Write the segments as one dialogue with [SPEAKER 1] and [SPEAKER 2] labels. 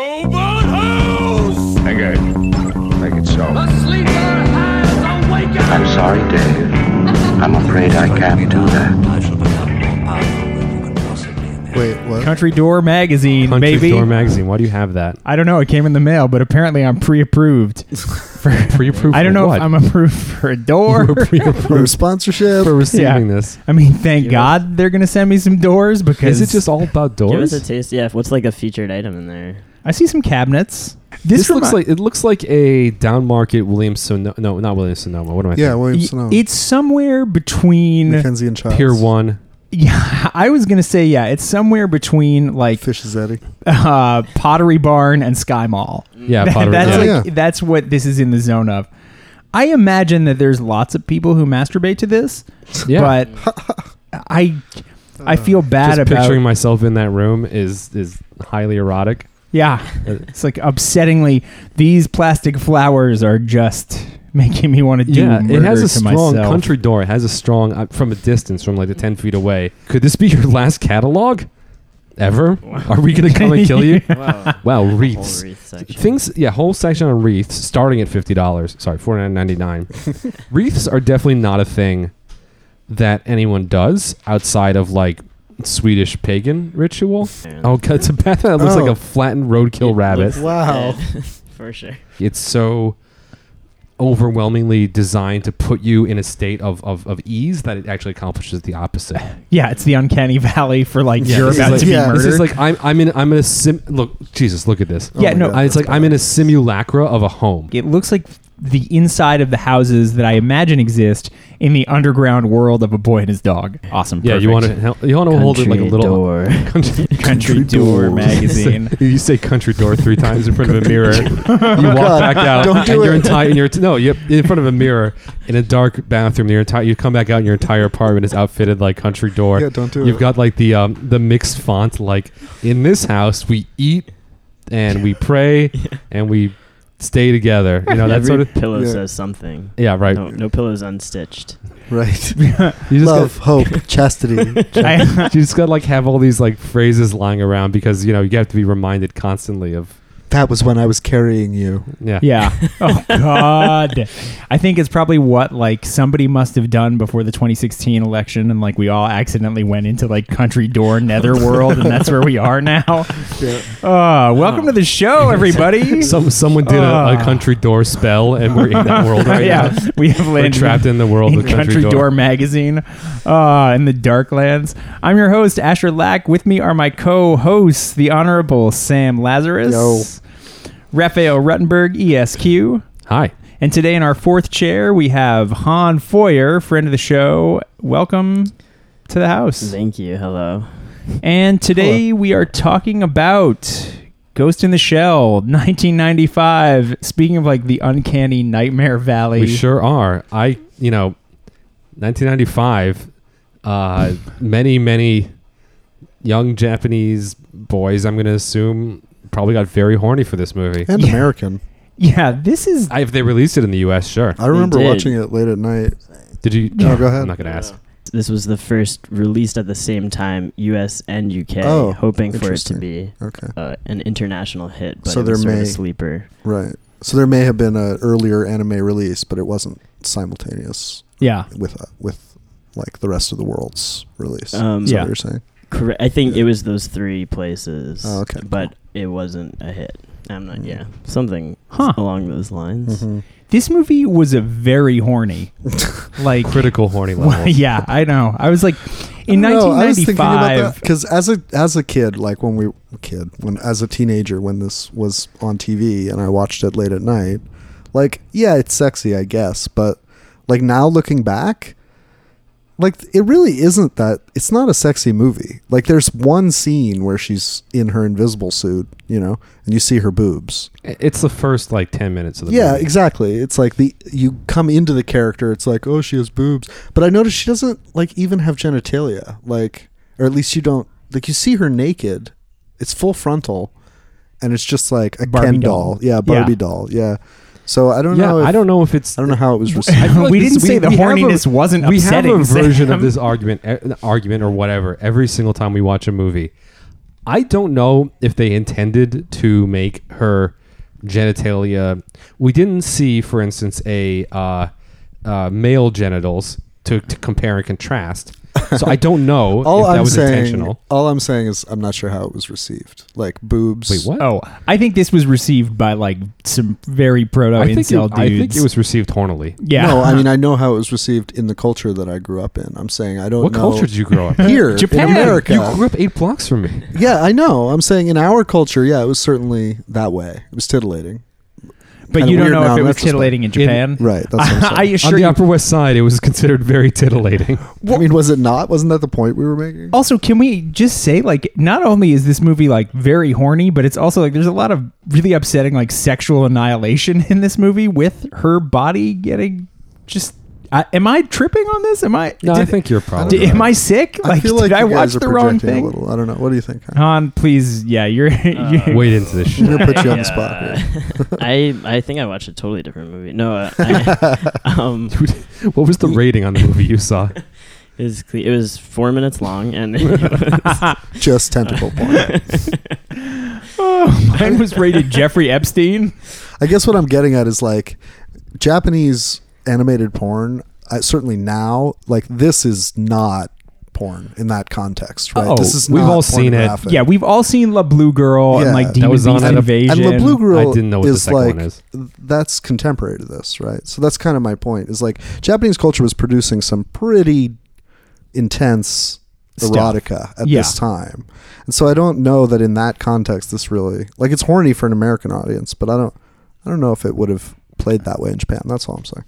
[SPEAKER 1] Noble House!
[SPEAKER 2] Engage. Make it so.
[SPEAKER 1] The sleeper has awakened!
[SPEAKER 3] I'm sorry, Dave. I'm afraid I can't do that.
[SPEAKER 4] I shall become more powerful than you can possibly imagine.
[SPEAKER 5] Wait, what?
[SPEAKER 6] Country Door Magazine,
[SPEAKER 7] Country
[SPEAKER 6] baby.
[SPEAKER 7] Door Magazine. Why do you have that?
[SPEAKER 6] I don't know. It came in the mail, but apparently I'm pre-approved. For,
[SPEAKER 7] Pre-approved
[SPEAKER 6] I don't
[SPEAKER 7] for
[SPEAKER 6] know
[SPEAKER 7] what?
[SPEAKER 6] if I'm approved for a door.
[SPEAKER 5] For sponsorship?
[SPEAKER 7] For receiving
[SPEAKER 6] Yeah.
[SPEAKER 7] this.
[SPEAKER 6] I mean, thank God they're gonna send me some doors because
[SPEAKER 7] Is it just all about
[SPEAKER 8] Give
[SPEAKER 7] doors?
[SPEAKER 8] us a taste. Yeah, what's like a featured item in there?
[SPEAKER 6] I see some cabinets.
[SPEAKER 7] This, looks
[SPEAKER 6] remi-
[SPEAKER 7] like it looks like a down market Williams Sonoma. No, not Williams Sonoma. What am I?
[SPEAKER 5] yeah, William
[SPEAKER 6] Y-
[SPEAKER 5] Sonoma.
[SPEAKER 6] it's somewhere between.
[SPEAKER 5] Mackenzie and Childs.
[SPEAKER 7] thinking? Pier One.
[SPEAKER 6] Yeah, I was gonna say yeah. It's somewhere between like
[SPEAKER 5] Fish's Eddie.
[SPEAKER 6] uh, Pottery Barn and Sky Mall.
[SPEAKER 7] Yeah,
[SPEAKER 6] That-
[SPEAKER 7] pottery.
[SPEAKER 6] that's
[SPEAKER 7] yeah.
[SPEAKER 5] yeah.
[SPEAKER 6] like that's what this is in the zone of. I imagine that there's lots of people who masturbate to this,
[SPEAKER 7] Yeah.
[SPEAKER 6] but I I feel bad
[SPEAKER 7] Just
[SPEAKER 6] about
[SPEAKER 7] picturing myself in that room is is highly erotic. Uh,
[SPEAKER 6] yeah. It's like upsettingly these plastic flowers are just making me want to do
[SPEAKER 7] yeah, it
[SPEAKER 6] murder
[SPEAKER 7] has a
[SPEAKER 6] to
[SPEAKER 7] strong
[SPEAKER 6] myself.
[SPEAKER 7] country door. It has a strong uh, from a distance, from like the ten feet away. Could this be your last catalog? Ever? Are we gonna come and kill you?
[SPEAKER 8] Wow.
[SPEAKER 7] Wow,
[SPEAKER 8] Whole
[SPEAKER 7] wreaths.
[SPEAKER 8] wreath section.
[SPEAKER 7] Things, yeah, whole section on wreaths starting at fifty dollars. Sorry, four nine ninety nine. wreaths are definitely not a thing that anyone does outside of like Swedish pagan ritual. Oh, God, it's a bat that looks like
[SPEAKER 5] Oh.
[SPEAKER 7] a flattened roadkill rabbit.
[SPEAKER 8] Looks
[SPEAKER 5] Wow.
[SPEAKER 8] dead, For sure.
[SPEAKER 7] it's so overwhelmingly designed to put you in a state of, of, of ease that it actually accomplishes the opposite.
[SPEAKER 6] Yeah, it's the uncanny valley for like you're
[SPEAKER 7] this is
[SPEAKER 6] about
[SPEAKER 7] like-
[SPEAKER 6] to be
[SPEAKER 5] yeah,
[SPEAKER 6] murdered.
[SPEAKER 7] This is like I'm I'm in I'm in a sim look Jesus, look at this.
[SPEAKER 6] yeah,
[SPEAKER 5] Oh my
[SPEAKER 6] no,
[SPEAKER 5] God.
[SPEAKER 7] I- it's like I'm in a simulacra of a home.
[SPEAKER 6] it looks like the inside of the houses that I imagine exist in the underground world of a boy and his dog. Awesome.
[SPEAKER 7] Yeah, you want
[SPEAKER 6] perfect.
[SPEAKER 7] to you want to hold it like a little
[SPEAKER 8] door.
[SPEAKER 7] country,
[SPEAKER 6] Country Door magazine.
[SPEAKER 7] you say country door three times in front of a mirror. You walk back out
[SPEAKER 5] Oh don't
[SPEAKER 7] and
[SPEAKER 5] do
[SPEAKER 7] you're
[SPEAKER 5] it.
[SPEAKER 7] entire and you're no, you in front of a mirror in a dark bathroom. Your entire you come back out and your entire apartment is outfitted like country door.
[SPEAKER 5] Yeah, don't do
[SPEAKER 7] You've
[SPEAKER 5] it.
[SPEAKER 7] got like the um, the mixed font like in this house we eat and we pray and we stay together. You know that
[SPEAKER 8] Every
[SPEAKER 7] sort of
[SPEAKER 8] pillow
[SPEAKER 5] yeah.
[SPEAKER 8] says something.
[SPEAKER 7] yeah right.
[SPEAKER 8] No, no pillows unstitched.
[SPEAKER 5] Right.
[SPEAKER 7] You just
[SPEAKER 5] Love, hope, chastity.
[SPEAKER 6] I-
[SPEAKER 7] Got, you just got like have all these like phrases lying around because you know you have to be reminded constantly of
[SPEAKER 5] That was when I was carrying you.
[SPEAKER 7] yeah
[SPEAKER 6] yeah. Oh God. I think it's probably what like somebody must have done before the 2016 election, and like we all accidentally went into like country door netherworld, and that's where we are now. Uh, welcome to the show, everybody.
[SPEAKER 7] Some someone did a, a
[SPEAKER 6] Ah.
[SPEAKER 7] country door spell, and we're in that world right
[SPEAKER 6] yeah,
[SPEAKER 7] now.
[SPEAKER 6] we have
[SPEAKER 7] We're
[SPEAKER 6] landed
[SPEAKER 7] trapped in the world
[SPEAKER 6] in
[SPEAKER 7] of
[SPEAKER 6] Country,
[SPEAKER 7] country,
[SPEAKER 6] Door.
[SPEAKER 7] door.
[SPEAKER 6] magazine uh, in the Darklands. I'm your host, Asher Lack. With me are my co-hosts, the Honorable Sam Lazarus,
[SPEAKER 5] Yo.
[SPEAKER 6] Raphael Ruttenberg, ESQ.
[SPEAKER 7] Hi,
[SPEAKER 6] And today in our fourth chair, we have Han Foyer, friend of the show. Welcome to the house.
[SPEAKER 8] Thank you. Hello.
[SPEAKER 6] And today we are talking about Ghost in the Shell, 1995. Speaking of like the uncanny Nightmare Valley.
[SPEAKER 7] we sure are. I you know, 1995. Uh, many many young Japanese boys, I'm going to assume, probably got very horny for this movie.
[SPEAKER 5] And
[SPEAKER 6] Yeah.
[SPEAKER 5] American.
[SPEAKER 6] Yeah, this is
[SPEAKER 7] I, if they released it in the U.S., sure.
[SPEAKER 5] I remember
[SPEAKER 8] did.
[SPEAKER 5] watching it late at night.
[SPEAKER 7] Did you?
[SPEAKER 5] No, go ahead.
[SPEAKER 7] I'm not going to ask.
[SPEAKER 8] This was the first released at the same time, U.S. and U.K.,
[SPEAKER 5] Oh,
[SPEAKER 8] hoping for it to
[SPEAKER 5] interesting.
[SPEAKER 8] be
[SPEAKER 5] Okay.
[SPEAKER 8] uh, an international hit, but
[SPEAKER 5] So
[SPEAKER 8] it
[SPEAKER 5] there
[SPEAKER 8] was sort of
[SPEAKER 5] may-
[SPEAKER 8] a sleeper.
[SPEAKER 5] Right. So there may have been an earlier anime release, but it wasn't simultaneous
[SPEAKER 6] yeah.
[SPEAKER 5] with uh, with like the rest of the world's release.
[SPEAKER 8] Um,
[SPEAKER 5] Is that
[SPEAKER 6] yeah.
[SPEAKER 5] what you're saying?
[SPEAKER 8] Correct. I think it was those three places.
[SPEAKER 5] Oh, okay, cool.
[SPEAKER 8] But it wasn't a hit. I'm not.
[SPEAKER 5] Mm.
[SPEAKER 8] Yeah, something
[SPEAKER 6] Huh.
[SPEAKER 8] along those lines.
[SPEAKER 5] Mm-hmm.
[SPEAKER 6] This movie was a very horny. Like
[SPEAKER 7] Critical horny level.
[SPEAKER 6] well, yeah, I know. I was like in
[SPEAKER 5] I don't know, I was thinking about
[SPEAKER 6] 1995
[SPEAKER 5] that because as a as a kid, like when we kid, when as a teenager, when this was on TV and I watched it late at night, like yeah, it's sexy, I guess, but like now looking back, like it really isn't that. It's not a sexy movie. Like there's one scene where she's in her invisible suit, you know, and you see her boobs.
[SPEAKER 7] It's the first like ten minutes of the
[SPEAKER 5] Yeah,
[SPEAKER 7] movie.
[SPEAKER 5] exactly. It's like the you come into the character. It's like, oh, she has boobs, but I noticed she doesn't like even have genitalia, like, or at least you don't like. You see her naked. It's full frontal, and it's just like a
[SPEAKER 6] Barbie
[SPEAKER 5] Ken
[SPEAKER 6] doll.
[SPEAKER 5] doll. Yeah, Barbie
[SPEAKER 6] Yeah.
[SPEAKER 5] doll. Yeah. So I don't
[SPEAKER 7] Yeah,
[SPEAKER 5] know. If,
[SPEAKER 7] I don't know if it's
[SPEAKER 5] I don't know how it was received.
[SPEAKER 7] I feel like
[SPEAKER 6] We
[SPEAKER 7] this-
[SPEAKER 6] didn't say the
[SPEAKER 7] have
[SPEAKER 6] horniness wasn't
[SPEAKER 7] We
[SPEAKER 6] upsetting,
[SPEAKER 7] have a version
[SPEAKER 6] Sam.
[SPEAKER 7] of this argument, eh, argument or whatever, every single time we watch a movie. I don't know if they intended to make her genitalia. We didn't see, for instance, a uh, uh, male genitals to, to compare and contrast. So I don't know
[SPEAKER 5] All
[SPEAKER 7] if that
[SPEAKER 5] I'm
[SPEAKER 7] was
[SPEAKER 5] saying,
[SPEAKER 7] intentional.
[SPEAKER 5] all I'm saying is, I'm not sure how it was received. Like boobs.
[SPEAKER 7] Wait, what?
[SPEAKER 6] Oh, I think this was received by like some very proto
[SPEAKER 7] I think, it,
[SPEAKER 6] incel dudes.
[SPEAKER 7] I think it was received hornily.
[SPEAKER 6] Yeah.
[SPEAKER 5] No, I mean I know how it was received in the culture that I grew up in. I'm saying I don't
[SPEAKER 7] What
[SPEAKER 5] know
[SPEAKER 7] culture did you grow up in?
[SPEAKER 5] here
[SPEAKER 6] Japan.
[SPEAKER 5] in America.
[SPEAKER 7] You grew up eight blocks from me.
[SPEAKER 5] yeah, I know. I'm saying in our culture, yeah, it was certainly that way. It was titillating.
[SPEAKER 6] but
[SPEAKER 5] kinda
[SPEAKER 6] you don't
[SPEAKER 5] weird now
[SPEAKER 6] know
[SPEAKER 5] in
[SPEAKER 6] if it was
[SPEAKER 5] retrospect.
[SPEAKER 6] titillating in Japan.
[SPEAKER 5] Right, that's what I'm saying.
[SPEAKER 6] I
[SPEAKER 7] On
[SPEAKER 6] assure
[SPEAKER 7] the
[SPEAKER 6] you.
[SPEAKER 7] Upper West Side, it was considered very titillating.
[SPEAKER 5] I mean, was it not? Wasn't that the point we were making?
[SPEAKER 6] Also, can we just say like not only is this movie like very horny, but it's also like there's a lot of really upsetting like sexual annihilation in this movie with her body getting just. I, am I tripping on this? Am I?
[SPEAKER 7] No, I
[SPEAKER 6] did-
[SPEAKER 7] think you're probably.
[SPEAKER 6] did- am I
[SPEAKER 7] right.
[SPEAKER 6] sick? Like, did I watch the wrong
[SPEAKER 5] projecting
[SPEAKER 6] thing?
[SPEAKER 5] a little. I don't know. What do you think? Huh?
[SPEAKER 6] Han, please, yeah, you're. you
[SPEAKER 7] Wade into this shit.
[SPEAKER 5] I'm gonna put you on the spot.
[SPEAKER 8] Uh,
[SPEAKER 5] here.
[SPEAKER 8] I I think I watched a totally different movie. No, uh, I, um,
[SPEAKER 7] What was the rating on the movie you saw?
[SPEAKER 8] it was cle- it was four minutes long, and it was,
[SPEAKER 5] Just tentacle porn.
[SPEAKER 6] oh, mine was rated Jeffrey Epstein.
[SPEAKER 5] I guess what I'm getting at is like Japanese animated porn. I, certainly now, like this is not porn in that context, right?
[SPEAKER 6] Oh,
[SPEAKER 5] this is
[SPEAKER 7] we've
[SPEAKER 5] not
[SPEAKER 7] all seen it.
[SPEAKER 5] pornographic.
[SPEAKER 6] Yeah, we've all seen La Blue Girl
[SPEAKER 5] Yeah.
[SPEAKER 6] and like
[SPEAKER 5] That
[SPEAKER 6] Demon
[SPEAKER 7] was on
[SPEAKER 6] Beast
[SPEAKER 7] at a-
[SPEAKER 6] Invasion.
[SPEAKER 5] And La Blue Girl
[SPEAKER 7] I didn't know what the
[SPEAKER 5] is
[SPEAKER 7] second
[SPEAKER 5] like
[SPEAKER 7] one is.
[SPEAKER 5] that's contemporary to this, right? So that's kind of my point. Is like Japanese culture was producing some pretty intense
[SPEAKER 6] Stuff.
[SPEAKER 5] erotica at
[SPEAKER 6] Yeah.
[SPEAKER 5] this time, and so I don't know that in that context this really like it's horny for an American audience, but I don't I don't know if it would have played that way in Japan. That's all I'm saying.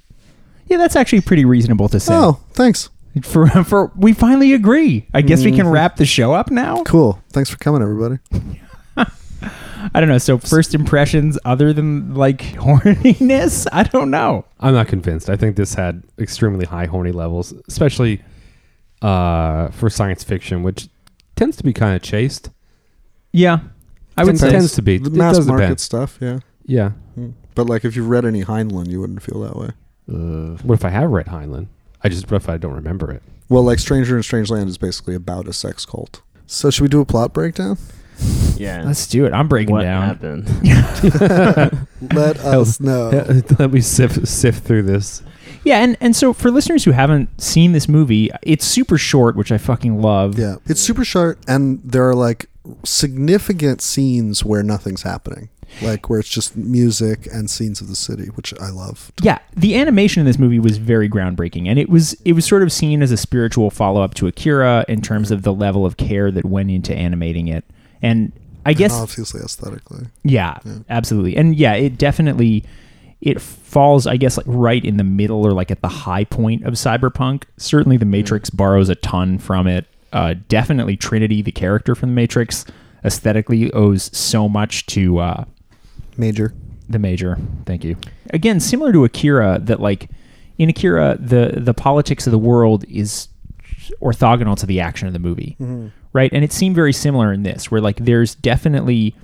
[SPEAKER 6] Yeah, that's actually pretty reasonable to say.
[SPEAKER 5] Oh, thanks.
[SPEAKER 6] For for we finally agree. I guess we can wrap the show up now.
[SPEAKER 5] Cool. Thanks for coming, everybody.
[SPEAKER 6] I don't know. So first impressions, other than like horniness, I don't know.
[SPEAKER 7] I'm not convinced. I think this had extremely high horny levels, especially uh, for science fiction, which tends to be kind of chaste.
[SPEAKER 6] Yeah, I would say.
[SPEAKER 7] Depends. Tends to be.
[SPEAKER 5] the
[SPEAKER 7] It
[SPEAKER 5] mass
[SPEAKER 7] does
[SPEAKER 5] market
[SPEAKER 7] depend.
[SPEAKER 5] stuff. Yeah, Hmm.
[SPEAKER 7] Yeah.
[SPEAKER 5] but like if you read any Heinlein, you wouldn't feel that way.
[SPEAKER 7] What if I have read Heinlein? I just, what if I don't remember it?
[SPEAKER 5] Well, like Stranger in Strange Land is basically about a sex cult. So should we do a plot breakdown?
[SPEAKER 8] yeah.
[SPEAKER 6] Let's do it. I'm breaking
[SPEAKER 8] what
[SPEAKER 6] down.
[SPEAKER 8] happened?
[SPEAKER 5] Let us know.
[SPEAKER 7] Let me sift, sift through this.
[SPEAKER 6] Yeah, and and so for listeners who haven't seen this movie, it's super short, which I fucking love.
[SPEAKER 5] Yeah, it's super short, and there are like significant scenes where nothing's happening, like where it's just music and scenes of the city, which I love.
[SPEAKER 6] Yeah, the animation in this movie was very groundbreaking, and it was it was sort of seen as a spiritual follow up to Akira in terms of the level of care that went into animating it. And I guess
[SPEAKER 5] obviously aesthetically.
[SPEAKER 6] Yeah, absolutely. And yeah, it definitely it falls, I guess, like right in the middle or like at the high point of cyberpunk. Certainly, the Matrix borrows a ton from it. Uh, definitely, Trinity, the character from the Matrix, aesthetically owes so much to uh,
[SPEAKER 5] Major.
[SPEAKER 6] the major. Thank you. Again, similar to Akira, that like in Akira, the the politics of the world is orthogonal to the action of the movie, right? And it seemed very similar in this, where like there's definitely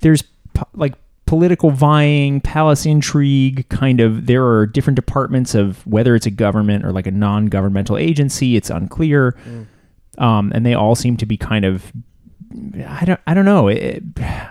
[SPEAKER 6] there's po- like political vying, palace intrigue, kind of. There are different departments of whether it's a government or like a non-governmental agency. It's unclear, um, and they all seem to be kind of. I don't. I don't know. It,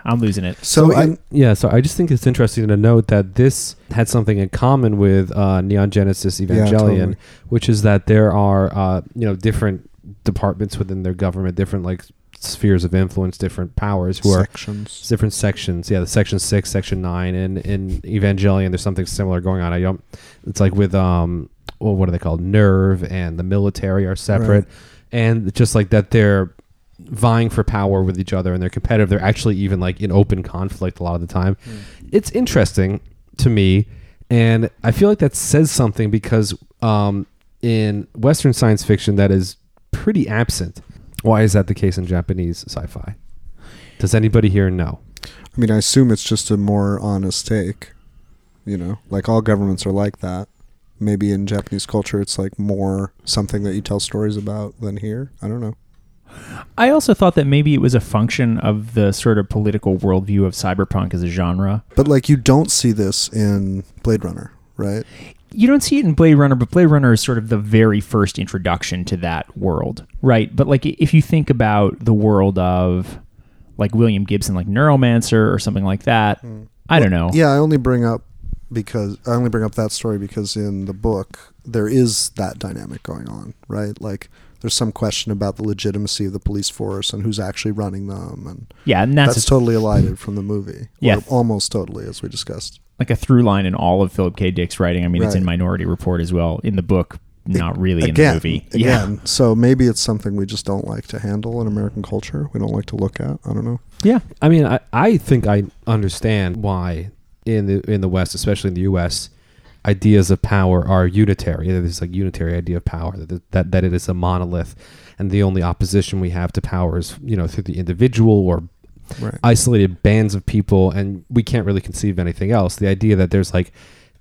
[SPEAKER 6] I'm losing it.
[SPEAKER 5] So,
[SPEAKER 7] I-
[SPEAKER 5] in-
[SPEAKER 7] yeah, so I just think it's interesting to note that this had something in common with uh, Neon Genesis Evangelion,
[SPEAKER 5] totally.
[SPEAKER 7] which is that there are uh, you know different departments within their government, different like spheres of influence, different powers who are
[SPEAKER 5] sections.
[SPEAKER 7] different sections. Yeah, the section six, section nine, and in Evangelion, there's something similar going on. I don't. It's like with um, well, what are they called? Nerve and the military are separate,
[SPEAKER 5] Right.
[SPEAKER 7] and just like that, they're vying for power with each other and they're competitive. They're actually even like in open conflict a lot of the time. It's interesting to me, and I feel like that says something because um, in Western science fiction, that is pretty absent. Why is that the case in Japanese sci-fi? Does anybody here know?
[SPEAKER 5] I mean, I assume it's just a more honest take. You know, like all governments are like that. Maybe in Japanese culture, it's like more something that you tell stories about than here. I don't know.
[SPEAKER 6] I also thought that maybe it was a function of the sort of political worldview of cyberpunk as a genre.
[SPEAKER 5] But like, you don't see this in Blade Runner, right?
[SPEAKER 6] You don't see it in Blade Runner, but Blade Runner is sort of the very first introduction to that world, right? But like, if you think about the world of like William Gibson, like Neuromancer or something like that. I don't know.
[SPEAKER 5] Yeah, I only bring up because I only bring up that story because in the book there is that dynamic going on, right? Like there's some question about the legitimacy of the police force and who's actually running them and
[SPEAKER 6] Yeah, and that's,
[SPEAKER 5] that's, totally elided from the movie.
[SPEAKER 6] Yeah.
[SPEAKER 5] Or almost totally as we discussed.
[SPEAKER 6] like a through line in all of Philip K. Dick's writing. I mean, it's in
[SPEAKER 5] Right.
[SPEAKER 6] Minority Report as well. In the book, not really in the
[SPEAKER 5] again,
[SPEAKER 6] movie.
[SPEAKER 5] again. So maybe it's something we just don't like to handle in American culture. We don't like to look at. I don't know.
[SPEAKER 7] Yeah, I mean, I, I think I understand why in the in the West, especially in the U.S., ideas of power are unitary. There's this like unitary idea of power that that that it is a monolith, and the only opposition we have to power is you know through the individual or
[SPEAKER 5] Right.
[SPEAKER 7] isolated bands of people, and we can't really conceive of anything else. The idea that there's like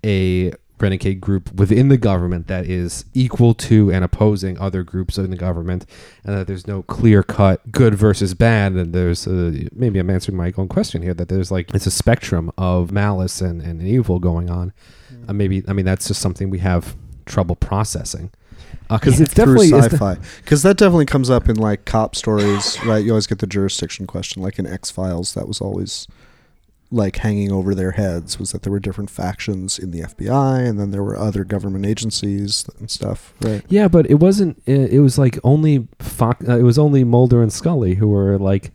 [SPEAKER 7] a renegade group within the government that is equal to and opposing other groups in the government, and that there's no clear cut good versus bad. And there's a, maybe I'm answering my own question here that there's like it's a spectrum of malice and, and evil going on.
[SPEAKER 5] Mm.
[SPEAKER 7] Uh, maybe I mean that's just something we have trouble processing because it's definitely
[SPEAKER 5] through
[SPEAKER 7] it's de-
[SPEAKER 5] sci-fi because that definitely comes up in like cop stories, right? You always get the jurisdiction question, like in X Files. That was always like hanging over their heads was that there were different factions in the FBI, and then there were other government agencies and stuff. Right.
[SPEAKER 7] Yeah, but it wasn't. It, it was like only Fox. Uh, it was only Mulder and Scully who were like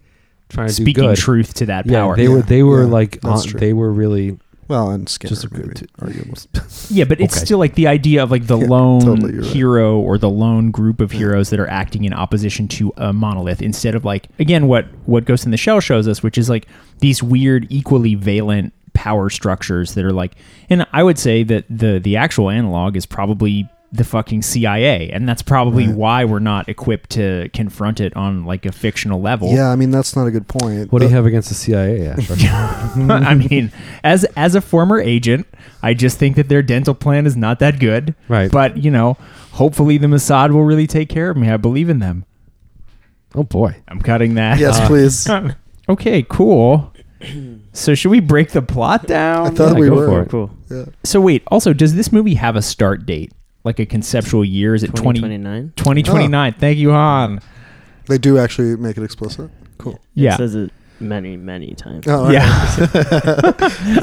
[SPEAKER 7] trying to
[SPEAKER 6] Speaking
[SPEAKER 7] do good.
[SPEAKER 6] truth to that
[SPEAKER 7] yeah,
[SPEAKER 6] power.
[SPEAKER 7] they
[SPEAKER 5] Yeah,
[SPEAKER 7] were. They were
[SPEAKER 5] yeah,
[SPEAKER 7] like.
[SPEAKER 5] that's
[SPEAKER 7] on-
[SPEAKER 5] true.
[SPEAKER 7] they were really.
[SPEAKER 5] Well, and Skinner,
[SPEAKER 7] Just a good
[SPEAKER 5] maybe,
[SPEAKER 7] t-
[SPEAKER 5] arguably.
[SPEAKER 6] Yeah, but it's
[SPEAKER 7] Okay.
[SPEAKER 6] still like the idea of like the
[SPEAKER 5] Yeah,
[SPEAKER 6] lone
[SPEAKER 5] totally, you're right.
[SPEAKER 6] hero or the lone group of heroes that are acting in opposition to a monolith instead of like again what what Ghost in the Shell shows us, which is like these weird equally valent power structures that are like and I would say that the the actual analog is probably the fucking CIA and that's probably why we're not equipped to confront it on like a fictional level.
[SPEAKER 5] Yeah, I mean that's not a good point.
[SPEAKER 7] What do
[SPEAKER 5] But-
[SPEAKER 7] you have against the CIA? Asher?
[SPEAKER 6] I mean, as as a former agent, I just think that their dental plan is not that good.
[SPEAKER 7] Right.
[SPEAKER 6] But you know, hopefully the Mossad will really take care of me. I believe in them.
[SPEAKER 7] oh boy.
[SPEAKER 6] I'm cutting that.
[SPEAKER 5] Yes, please. I
[SPEAKER 6] Uh, okay. Cool. So should we break the plot down?
[SPEAKER 5] thought
[SPEAKER 7] Yeah,
[SPEAKER 5] we
[SPEAKER 7] go
[SPEAKER 5] were.
[SPEAKER 7] for it.
[SPEAKER 8] Cool.
[SPEAKER 6] so wait. Also, does this movie have a start date? Like a conceptual year? Is it 20,
[SPEAKER 8] 2029?
[SPEAKER 6] 2029? Thank you, Han.
[SPEAKER 5] They do actually make it explicit. Cool.
[SPEAKER 6] Yeah.
[SPEAKER 8] It says it many, many times.
[SPEAKER 5] Oh, all right.
[SPEAKER 6] Yeah.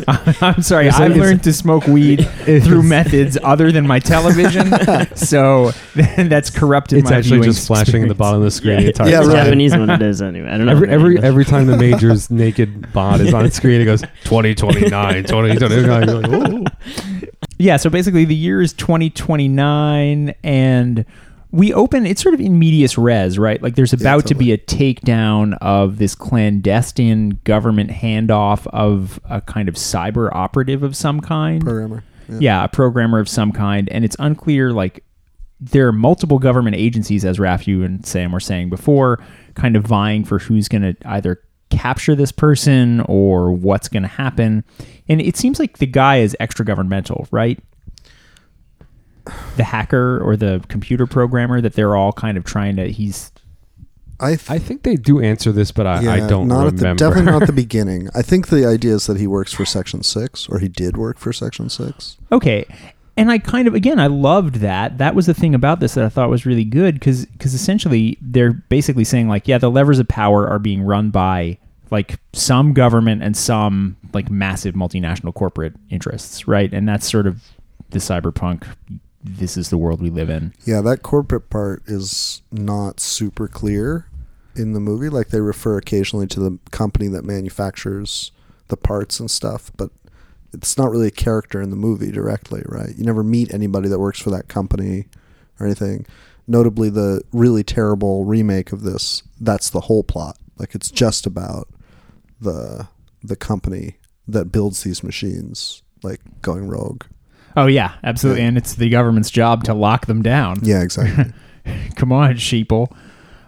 [SPEAKER 6] I'm sorry.
[SPEAKER 7] It's
[SPEAKER 6] I
[SPEAKER 7] like-
[SPEAKER 6] learned to smoke weed through methods other than my television, so that's corrupted
[SPEAKER 7] It's
[SPEAKER 6] my
[SPEAKER 7] actually
[SPEAKER 6] viewing
[SPEAKER 7] just flashing in the
[SPEAKER 6] experience.
[SPEAKER 7] bottom of the screen.
[SPEAKER 8] Yeah,
[SPEAKER 7] the entire
[SPEAKER 5] Yeah,
[SPEAKER 8] it's
[SPEAKER 7] time.
[SPEAKER 5] right.
[SPEAKER 8] Japanese one it is anyway. I don't know.
[SPEAKER 7] Every
[SPEAKER 8] man.
[SPEAKER 7] every every time the major's naked bod is on the screen, it goes 2029, 2029. You're like, "Ooh."
[SPEAKER 6] Yeah, so basically the year is 2029 and we open it's sort of in medias res, right? Like there's about to be a takedown of this clandestine government handoff of a kind of cyber operative of some kind.
[SPEAKER 5] Programmer. Yeah.
[SPEAKER 6] yeah, a programmer of some kind and it's unclear like there are multiple government agencies as Rafu and Sam were saying before kind of vying for who's going to either capture this person or what's going to happen. And it seems like the guy is extra governmental, right? The hacker or the computer programmer that they're all kind of trying to he's
[SPEAKER 5] I th-
[SPEAKER 7] I think they do answer this, but I, I don't
[SPEAKER 5] not
[SPEAKER 7] remember.
[SPEAKER 5] At the, definitely not the beginning. I think the idea is that he works for Section Six, or he did work for Section Six.
[SPEAKER 6] Okay. And I kind of again I loved that. That was the thing about this that I thought was really good cuz essentially they're basically saying like yeah, the levers of power are being run by like some government and some like massive multinational corporate interests, right? And that's sort of the cyberpunk this is the world we live in.
[SPEAKER 5] Yeah, that corporate part is not super clear in the movie. Like they refer occasionally to the company that manufactures the parts and stuff, but it's not really a character in the movie directly, right? You never meet anybody that works for that company or anything. Notably, the really terrible remake of this. That's the whole plot. Like it's just about the the company that builds these machines, like going rogue.
[SPEAKER 6] Oh yeah, absolutely. And it's the government's job to lock them down.
[SPEAKER 5] Yeah, exactly.
[SPEAKER 6] Come on, sheeple.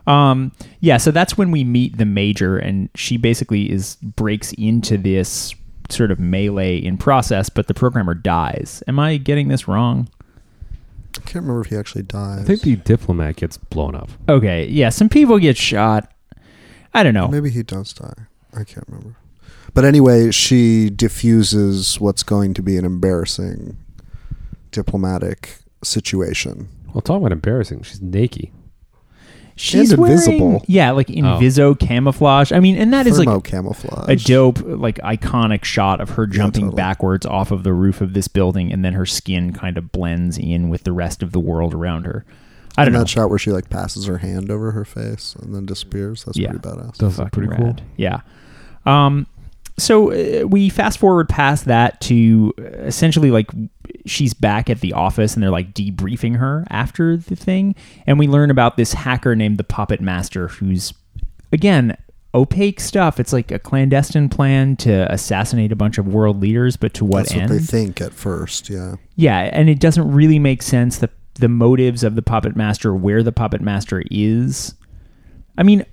[SPEAKER 6] Um, yeah, so that's when we meet the major, and she basically is breaks into this sort of melee in process, but the programmer dies. Am I getting this wrong?
[SPEAKER 5] I can't remember if he actually dies.
[SPEAKER 7] I think the diplomat gets blown up.
[SPEAKER 6] Okay, yeah, some people get shot. I don't know.
[SPEAKER 5] Maybe he does die. I can't remember. But anyway, she diffuses what's going to be an embarrassing diplomatic situation.
[SPEAKER 7] Well, talk about embarrassing. She's naked.
[SPEAKER 6] She's
[SPEAKER 5] And invisible.
[SPEAKER 6] Wearing, yeah, like inviso camouflage. I mean, and that is
[SPEAKER 5] Thermo
[SPEAKER 6] like
[SPEAKER 5] camouflage.
[SPEAKER 6] a dope, like iconic shot of her jumping
[SPEAKER 5] totally.
[SPEAKER 6] backwards off of the roof of this building, and then her skin kind of blends in with the rest of the world around her. I don't
[SPEAKER 5] And
[SPEAKER 6] know.
[SPEAKER 5] that shot where she like passes her hand over her face and then disappears. That's
[SPEAKER 6] Yeah.
[SPEAKER 5] pretty badass.
[SPEAKER 7] Does look
[SPEAKER 6] Fucking
[SPEAKER 7] pretty cool.
[SPEAKER 6] rad. Yeah. Um, so uh, we fast forward past that to uh, essentially like she's back at the office and they're like debriefing her after the thing, and we learn about this hacker named the Puppet Master, who's again opaque stuff. It's like a clandestine plan to assassinate a bunch of world leaders, but to what
[SPEAKER 5] That's
[SPEAKER 6] end?
[SPEAKER 5] what they think at first. Yeah.
[SPEAKER 6] Yeah, and it doesn't really make sense the the motives of the puppet master, where the puppet master is. I mean,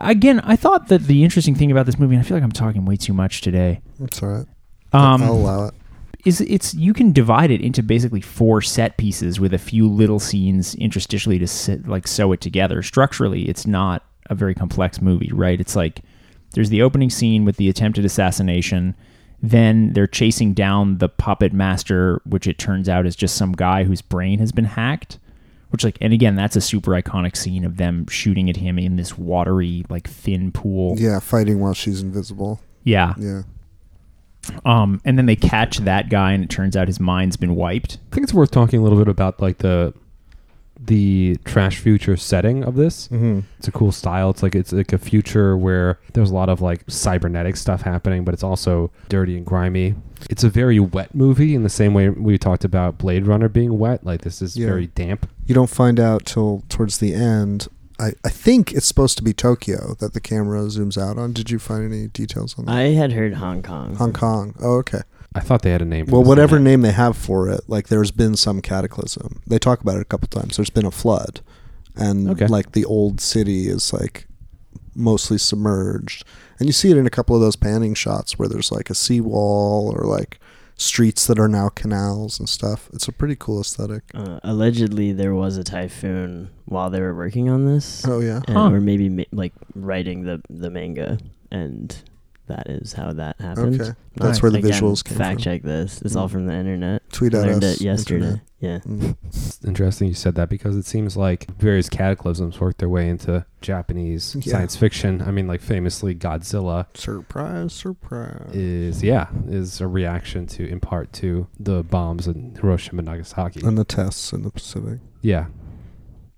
[SPEAKER 6] again, I thought that the interesting thing about this movie, and I feel like I'm talking way too much today.
[SPEAKER 5] It's all right.
[SPEAKER 6] Um,
[SPEAKER 5] I'll uh, allow it.
[SPEAKER 6] is it's you can divide it into basically four set pieces with a few little scenes interstitially to sit, like sew it together. Structurally, it's not a very complex movie, right? It's like there's the opening scene with the attempted assassination, then they're chasing down the puppet master, which it turns out is just some guy whose brain has been hacked. Which like and again, that's a super iconic scene of them shooting at him in this watery, like thin pool.
[SPEAKER 5] Yeah, fighting while she's invisible.
[SPEAKER 6] yeah.
[SPEAKER 5] Yeah.
[SPEAKER 6] Um, and then they catch that guy and it turns out his mind's been wiped.
[SPEAKER 7] I think it's worth talking a little bit about like the the trash future setting of this.
[SPEAKER 5] Mm.
[SPEAKER 7] Mm-hmm. It's a cool style. It's like it's like a future where there's a lot of like cybernetic stuff happening, but it's also dirty and grimy. It's a very wet movie in the same way we talked about Blade Runner being wet. Like this is
[SPEAKER 5] Yeah.
[SPEAKER 7] very damp.
[SPEAKER 5] You don't find out till towards the end. I, I think it's supposed to be Tokyo that the camera zooms out on. Did you find any details on that?
[SPEAKER 8] I had heard Hong Kong.
[SPEAKER 5] Hong Kong. Oh, okay.
[SPEAKER 7] I thought they had a name. for
[SPEAKER 5] Well,
[SPEAKER 7] this.
[SPEAKER 5] whatever name they have for it, like there's been some cataclysm. They talk about it a couple times. There's been a flood, and
[SPEAKER 7] Okay.
[SPEAKER 5] like the old city is like mostly submerged. And you see it in a couple of those panning shots where there's like a seawall or like streets that are now canals and stuff. It's a pretty cool aesthetic.
[SPEAKER 8] Uh, allegedly, there was a typhoon while they were working on this,
[SPEAKER 5] Oh yeah.
[SPEAKER 8] and,
[SPEAKER 6] Huh.
[SPEAKER 8] or maybe ma- like writing the the manga, and that is how that happened.
[SPEAKER 5] Okay. That's where the
[SPEAKER 8] Again,
[SPEAKER 5] visuals came
[SPEAKER 8] Fact
[SPEAKER 5] from. Hmm.
[SPEAKER 8] check this. It's all from the internet.
[SPEAKER 5] Tweet at
[SPEAKER 8] Learned
[SPEAKER 5] us
[SPEAKER 8] it yesterday.
[SPEAKER 5] internet.
[SPEAKER 8] Yeah.
[SPEAKER 5] Mm.
[SPEAKER 7] It's interesting you said that because it seems like various cataclysms worked their way into Japanese
[SPEAKER 5] Yeah.
[SPEAKER 7] science fiction. I mean, like famously Godzilla
[SPEAKER 5] Surprise! Surprise!
[SPEAKER 7] is yeah is a reaction to in part to the bombs in Hiroshima and Nagasaki.
[SPEAKER 5] and the tests in the Pacific,
[SPEAKER 7] yeah,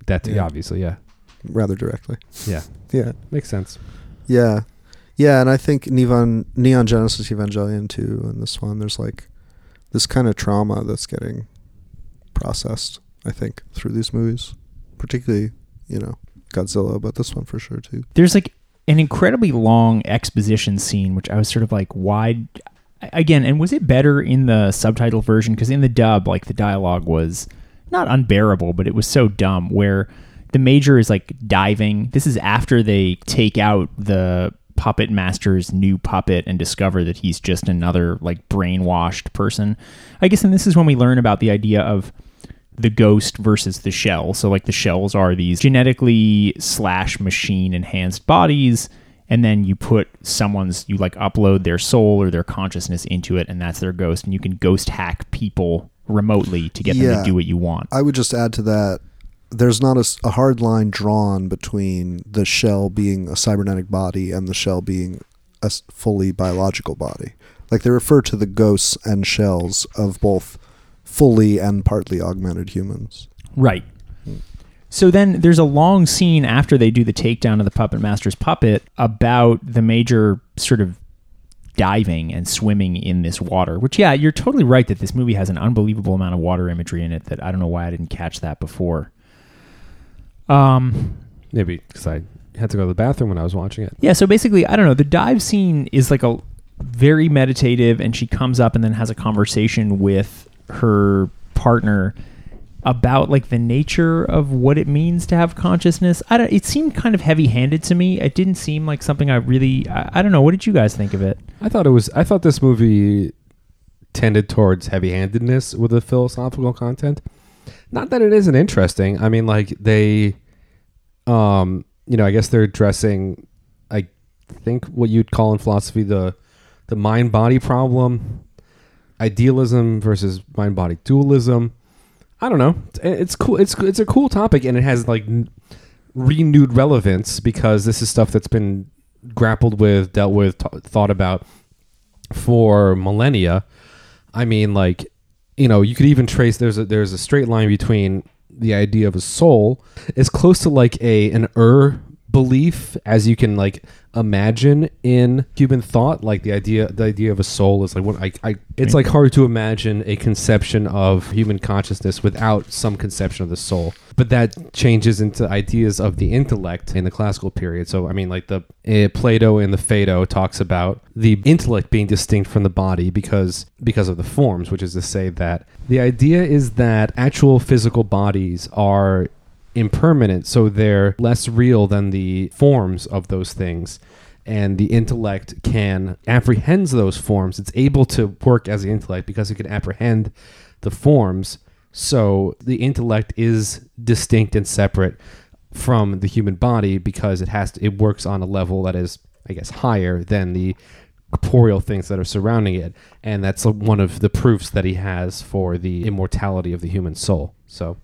[SPEAKER 7] that too,
[SPEAKER 5] Yeah.
[SPEAKER 7] obviously yeah
[SPEAKER 5] rather directly.
[SPEAKER 7] Yeah.
[SPEAKER 5] Yeah.
[SPEAKER 7] makes sense.
[SPEAKER 5] Yeah. Yeah, and I think Neon Neon Genesis Evangelion too and this one there's like this kind of trauma that's getting processed, I think, through these movies. Particularly, you know, Godzilla, but this one for sure too.
[SPEAKER 6] there's like an incredibly long exposition scene, which I was sort of like, why? Again, and was it better in the subtitle version? Because in the dub, like the dialogue was not unbearable, but it was so dumb. Where the major is like diving. This is after they take out the puppet master's new puppet and discover that he's just another like brainwashed person. I guess, and this is when we learn about the idea of the ghost versus the shell. So like the shells are these genetically slash machine enhanced bodies, and then you put someone's you like upload their soul or their consciousness into it, and that's their ghost, and you can ghost hack people remotely to get them
[SPEAKER 5] Yeah.
[SPEAKER 6] to do what you want.
[SPEAKER 5] I would just add to that there's not a, s- a hard line drawn between the shell being a cybernetic body and the shell being a s- fully biological body. Like they refer to the ghosts and shells of both fully and partly augmented humans.
[SPEAKER 6] Right. So then there's a long scene after they do the takedown of the puppet master's puppet about the major sort of diving and swimming in this water, which, yeah, you're totally right that this movie has an unbelievable amount of water imagery in it that I don't know why I didn't catch that before. Um,
[SPEAKER 7] Maybe because I had to go to the bathroom when I was watching it.
[SPEAKER 6] yeah, so basically, I don't know. The dive scene is like a very meditative, and she comes up and then has a conversation with her partner about like the nature of what it means to have consciousness. I don't. It seemed kind of heavy-handed to me. It didn't seem like something I really. I, I don't know. What did you guys think of it?
[SPEAKER 7] I thought it was I thought this movie tended towards heavy-handedness with the philosophical content. Not that it isn't interesting. I mean, like they, um, you know, I guess they're addressing, I think what you'd call in philosophy the the mind-body problem, idealism versus mind-body dualism. I don't know. It- It's cool. It's it's a cool topic, and it has like n- renewed relevance because this is stuff that's been grappled with, dealt with, t- thought about for millennia. I mean, like, you know, you could even trace there's a there's a straight line between the idea of a soul as close to like a an er belief as you can like imagine in human thought. Like the idea the idea of a soul is like what I, I it's like hard to imagine a conception of human consciousness without some conception of the soul. But that changes into ideas of the intellect in the classical period. So I mean, like the uh, Plato and the Phaedo talks about the intellect being distinct from the body because because of the forms, which is to say that the idea is that actual physical bodies are impermanent, so they're less real than the forms of those things. And the intellect can apprehends those forms. It's able to work as the intellect because it can apprehend the forms. So the intellect is distinct and separate from the human body because it has to, it works on a level that is, I guess, higher than the corporeal things that are surrounding it. And that's uh, one of the proofs that he has for the immortality of the human soul. So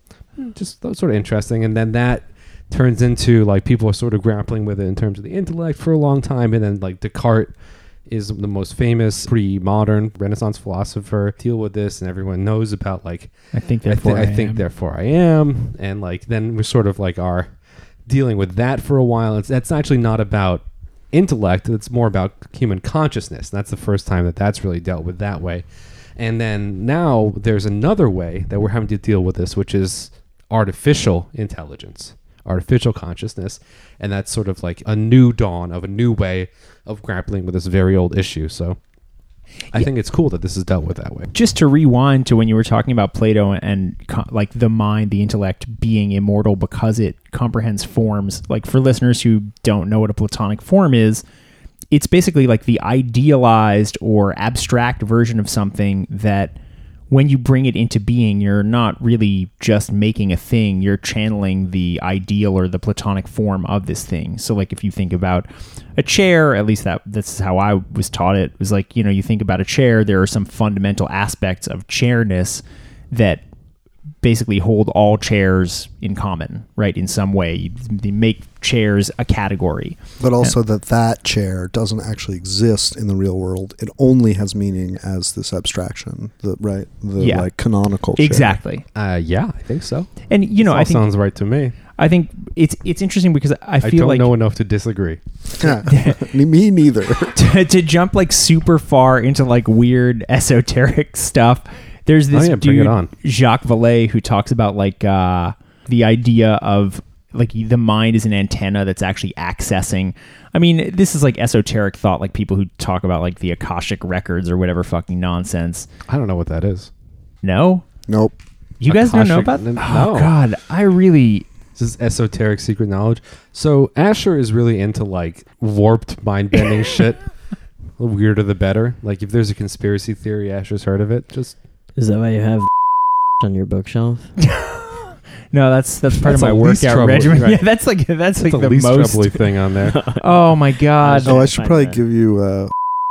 [SPEAKER 7] just that was sort of interesting. And then that turns into like people are sort of grappling with it in terms of the intellect for a long time. And then like Descartes is the most famous pre-modern Renaissance philosopher deal with this, and everyone knows about like
[SPEAKER 6] I think
[SPEAKER 7] I, thi-
[SPEAKER 6] therefore
[SPEAKER 7] I think
[SPEAKER 6] am.
[SPEAKER 7] therefore I am, and like then we sort of like are dealing with that for a while. It's that's actually not about intellect; it's more about human consciousness. That's the first time that that's really dealt with that way. And then now there's another way that we're having to deal with this, which is artificial intelligence, artificial consciousness, and that's sort of like a new dawn of a new way of grappling with this very old issue. So. I think it's cool that this is dealt with that way.
[SPEAKER 6] just to rewind to when you were talking about Plato and co- like the mind, the intellect being immortal because it comprehends forms. Like for listeners who don't know what a Platonic form is, it's basically like the idealized or abstract version of something that when you bring it into being, you're not really just making a thing, you're channeling the ideal or the platonic form of this thing. So like if you think about a chair, at least that that's how I was taught it, was like, you know, you think about a chair, there are some fundamental aspects of chairness that basically hold all chairs in common, right? In some way, you, you make chairs a category.
[SPEAKER 5] But also that that chair doesn't actually exist in the real world. It only has meaning as this abstraction, the right, the
[SPEAKER 6] Yeah.
[SPEAKER 5] like canonical. chair.
[SPEAKER 6] Exactly.
[SPEAKER 7] Uh, yeah, I think so.
[SPEAKER 6] And you know,
[SPEAKER 7] all
[SPEAKER 6] I think
[SPEAKER 7] sounds right to me.
[SPEAKER 6] I think it's it's interesting because I
[SPEAKER 7] I
[SPEAKER 6] feel
[SPEAKER 7] don't
[SPEAKER 6] like
[SPEAKER 7] know enough to disagree.
[SPEAKER 5] Yeah. Me neither.
[SPEAKER 6] to, to jump like super far into like weird esoteric stuff. There's this
[SPEAKER 7] Oh, yeah, bring it
[SPEAKER 6] dude
[SPEAKER 7] on.
[SPEAKER 6] Jacques Vallée who talks about like uh, the idea of like the mind is an antenna that's actually accessing. I mean, this is like esoteric thought, like people who talk about like the akashic records or whatever fucking nonsense.
[SPEAKER 7] I don't know what that is.
[SPEAKER 6] No,
[SPEAKER 5] nope.
[SPEAKER 6] you guys don't know
[SPEAKER 7] Akashic-
[SPEAKER 6] about
[SPEAKER 7] n-
[SPEAKER 6] Oh
[SPEAKER 7] no.
[SPEAKER 6] God, I really
[SPEAKER 7] This is esoteric secret knowledge. So Asher is really into like warped mind bending shit. The weirder the better. Like if there's a conspiracy theory, Asher's heard of it. Just
[SPEAKER 8] Is that why you have on your bookshelf?
[SPEAKER 6] no. That's that's part
[SPEAKER 7] That's
[SPEAKER 6] of my
[SPEAKER 7] the least
[SPEAKER 6] workout
[SPEAKER 7] troubling,
[SPEAKER 6] regimen.
[SPEAKER 7] right.
[SPEAKER 6] Yeah, that's like that's, like
[SPEAKER 7] the,
[SPEAKER 6] the,
[SPEAKER 7] least
[SPEAKER 6] most.
[SPEAKER 7] troubling thing on there.
[SPEAKER 6] Oh my God.
[SPEAKER 5] Oh, I
[SPEAKER 8] Find
[SPEAKER 5] should probably
[SPEAKER 8] that.
[SPEAKER 5] give you uh,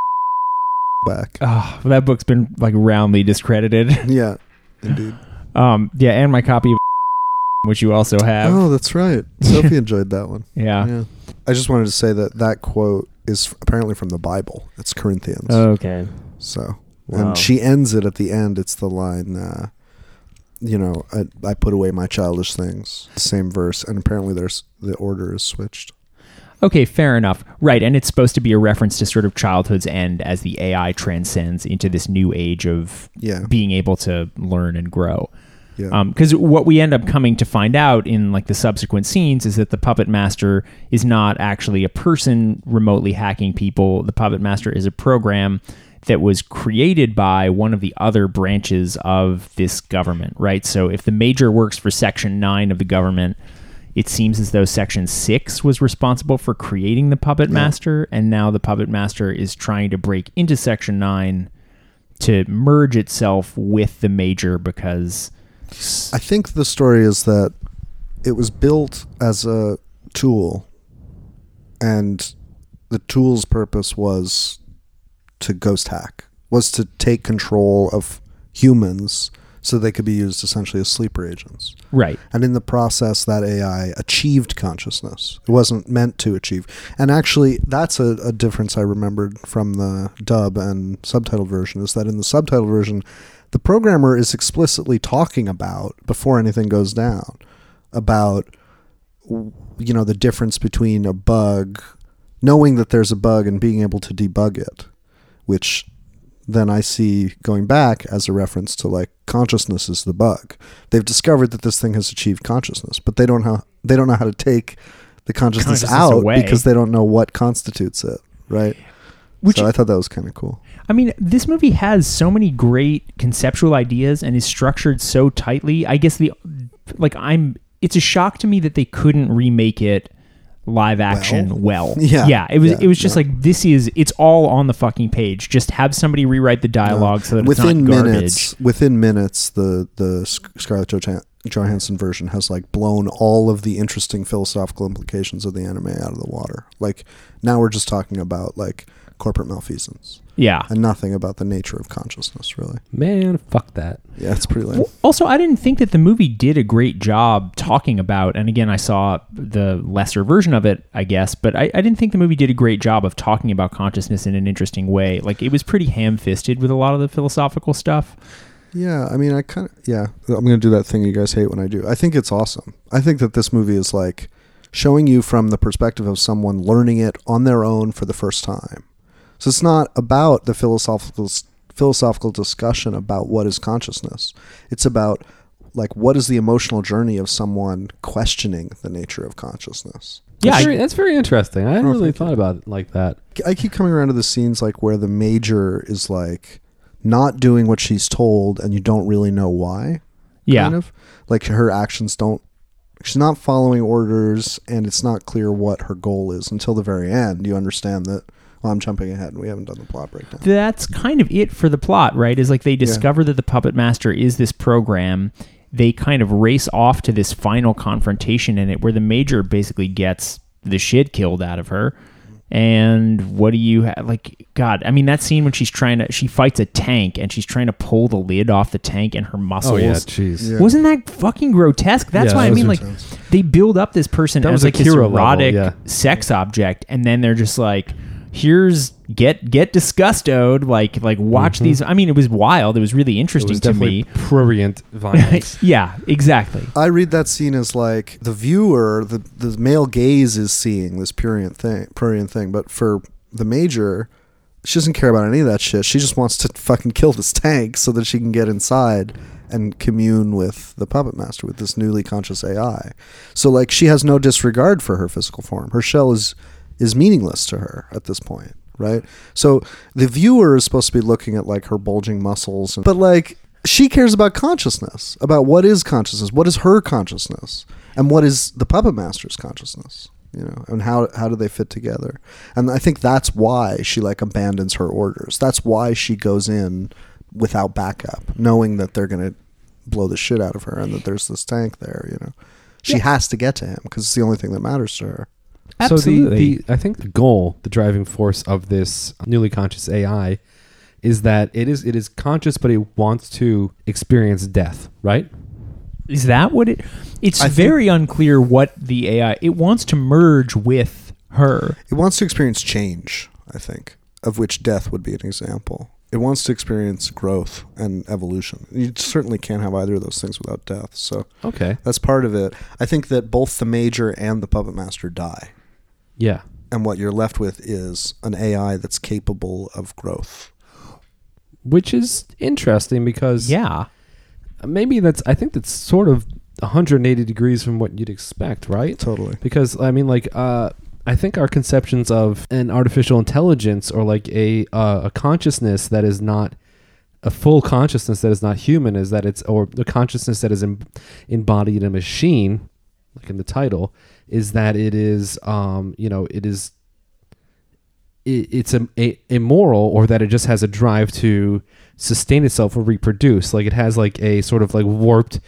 [SPEAKER 5] back.
[SPEAKER 6] Oh, that book's been like roundly discredited.
[SPEAKER 5] Yeah, indeed.
[SPEAKER 6] Um, yeah, and my copy of which you also have. Ah.
[SPEAKER 5] Oh, that's right. Sophie enjoyed that one.
[SPEAKER 6] yeah.
[SPEAKER 5] yeah. I just wanted to say that that quote is f- apparently from the Bible. It's Corinthians.
[SPEAKER 8] Okay.
[SPEAKER 5] so,
[SPEAKER 8] Oh. Wow.
[SPEAKER 5] and she ends it at the end. It's the line, uh, you know, I, I put away my childish things. Same verse, and apparently there's the order is switched.
[SPEAKER 6] Okay, fair enough. Right, and it's supposed to be a reference to sort of childhood's end as the AI transcends into this new age of
[SPEAKER 5] Yeah.
[SPEAKER 6] being able to learn and grow.
[SPEAKER 5] Yeah.
[SPEAKER 6] Because Um, what we end up coming to find out in like the subsequent scenes is that the puppet master is not actually a person remotely hacking people. The puppet master is a program that was created by one of the other branches of this government, right? So if the major works for Section 9 of the government, it seems as though Section 6 was responsible for creating the puppet master, and now the puppet master is trying to break into Section 9 to merge itself with the major because
[SPEAKER 5] I think the story is that it was built as a tool, and the tool's purpose was to ghost hack, was to take control of humans so they could be used essentially as sleeper agents.
[SPEAKER 6] Right.
[SPEAKER 5] And in the process, that AI achieved consciousness. It wasn't meant to achieve. And actually, that's a, a difference I remembered from the dub and subtitle version is that in the subtitle version, the programmer is explicitly talking about, before anything goes down, about you know the difference between a bug knowing that there's a bug and being able to debug it which then i see going back as a reference to like consciousness is the bug they've discovered that this thing has achieved consciousness but they don't how they don't know how to take the consciousness,
[SPEAKER 6] Consciousness
[SPEAKER 5] out
[SPEAKER 6] away.
[SPEAKER 5] because they don't know what constitutes it right
[SPEAKER 6] Which
[SPEAKER 5] so i thought that was kind of cool
[SPEAKER 6] I mean, this movie has so many great conceptual ideas and is structured so tightly. I guess the like I'm it's a shock to me that they couldn't remake it live action well.
[SPEAKER 5] Yeah.
[SPEAKER 6] Yeah, it was
[SPEAKER 5] Yeah,
[SPEAKER 6] it was just
[SPEAKER 5] yeah.
[SPEAKER 6] like this is it's all on the fucking page. Just have somebody rewrite the dialogue so that
[SPEAKER 5] within
[SPEAKER 6] it's not
[SPEAKER 5] minutes
[SPEAKER 6] garbage.
[SPEAKER 5] within minutes the the Sc- scarlett Johan- johansson version has like blown all of the interesting philosophical implications of the anime out of the water like now we're just talking about like corporate malfeasance
[SPEAKER 6] Yeah.
[SPEAKER 5] and nothing about the nature of consciousness really
[SPEAKER 7] Man, fuck that.
[SPEAKER 5] yeah it's pretty lame
[SPEAKER 6] Well, Also, I didn't think that the movie did a great job talking about, and again, I saw the lesser version of it, I guess, but I, I didn't think the movie did a great job of talking about consciousness in an interesting way. Like, it was pretty ham fisted with a lot of the philosophical stuff.
[SPEAKER 5] yeah i mean i kind of yeah i'm gonna do that thing you guys hate when i do i think it's awesome i think that this movie is like showing you from the perspective of someone learning it on their own for the first time So it's not about the philosophical philosophical discussion about what is consciousness. It's about like what is the emotional journey of someone questioning the nature of consciousness.
[SPEAKER 6] Yeah,
[SPEAKER 7] that's
[SPEAKER 6] I-
[SPEAKER 7] very, that's very interesting. I hadn't
[SPEAKER 5] Oh,
[SPEAKER 7] really
[SPEAKER 5] thank
[SPEAKER 7] thought about it like that.
[SPEAKER 5] I keep coming around to the scenes like where the major is like not doing what she's told and you don't really know why.
[SPEAKER 6] Yeah.
[SPEAKER 5] Kind of. Like her actions don't she's not following orders and it's not clear what her goal is until the very end. You understand that well, I'm jumping ahead. We haven't done the plot breakdown.
[SPEAKER 6] That's kind of it for the plot, right? Is like they discover that the puppet master is this program. They kind of race off to this final confrontation in it where the major basically gets the shit killed out of her. And what do you ha- like? God, I mean, that scene when she's trying to, she fights a tank and she's trying to pull the lid off the tank and her muscles.
[SPEAKER 7] Oh yeah, jeez.
[SPEAKER 5] Yeah.
[SPEAKER 6] Wasn't that fucking grotesque? That's
[SPEAKER 7] Yeah,
[SPEAKER 6] why I
[SPEAKER 7] that was
[SPEAKER 6] mean, like, they build up this person
[SPEAKER 7] That was
[SPEAKER 6] as like this
[SPEAKER 7] Akira level,
[SPEAKER 6] erotic
[SPEAKER 7] yeah.
[SPEAKER 6] sex object, and then they're just like, "Here's get get disgustoed." Like like watch these. I mean, it was wild. It was really
[SPEAKER 7] Mm-hmm. It
[SPEAKER 6] interesting
[SPEAKER 7] was
[SPEAKER 6] to
[SPEAKER 7] definitely
[SPEAKER 6] me.
[SPEAKER 7] prurient violence.
[SPEAKER 6] yeah, exactly.
[SPEAKER 5] I read that scene as like the viewer, the, the male gaze is seeing this prurient thing, prurient thing. But for the major, she doesn't care about any of that shit. She just wants to fucking kill this tank so that she can get inside and commune with the puppet master, with this newly conscious AI. So like she has no disregard for her physical form. Her shell is is meaningless to her at this point, right? So the viewer is supposed to be looking at like her bulging muscles, and, but like she cares about consciousness, about what is consciousness, what is her consciousness, and what is the puppet master's consciousness, you know, and how how do they fit together? And I think that's why she like abandons her orders. That's why she goes in without backup, knowing that they're gonna blow the shit out of her and that there's this tank there, you know. She has to get to him because it's the only thing that matters to her.
[SPEAKER 7] So the, the I think the goal, the driving force of this newly conscious AI, is that it is it is conscious, but it wants to experience death. Right?
[SPEAKER 6] Is that what it? It's
[SPEAKER 5] I think-
[SPEAKER 6] very unclear what the AI. It wants to merge with her.
[SPEAKER 5] It wants to experience change, I think, of which death would be an example. It wants to experience growth and evolution. You certainly can't have either of those things without death. So
[SPEAKER 7] Okay.
[SPEAKER 5] that's part of it. I think that both the major and the puppet master die.
[SPEAKER 7] Yeah.
[SPEAKER 5] And what you're left with is an AI that's capable of growth.
[SPEAKER 7] Which is interesting because
[SPEAKER 6] Yeah.
[SPEAKER 7] maybe that's I think that's sort of 180 degrees from what you'd expect, right?
[SPEAKER 5] Totally.
[SPEAKER 7] Because I mean, like, uh, I think our conceptions of an artificial intelligence or like a uh, a consciousness that is not a full consciousness that is not human is that it's or the consciousness that is em- embodied in a machine, like in the title, is that it is um you know it is i- it's a, a, immoral or that it just has a drive to sustain itself or reproduce like it has like a sort of like warped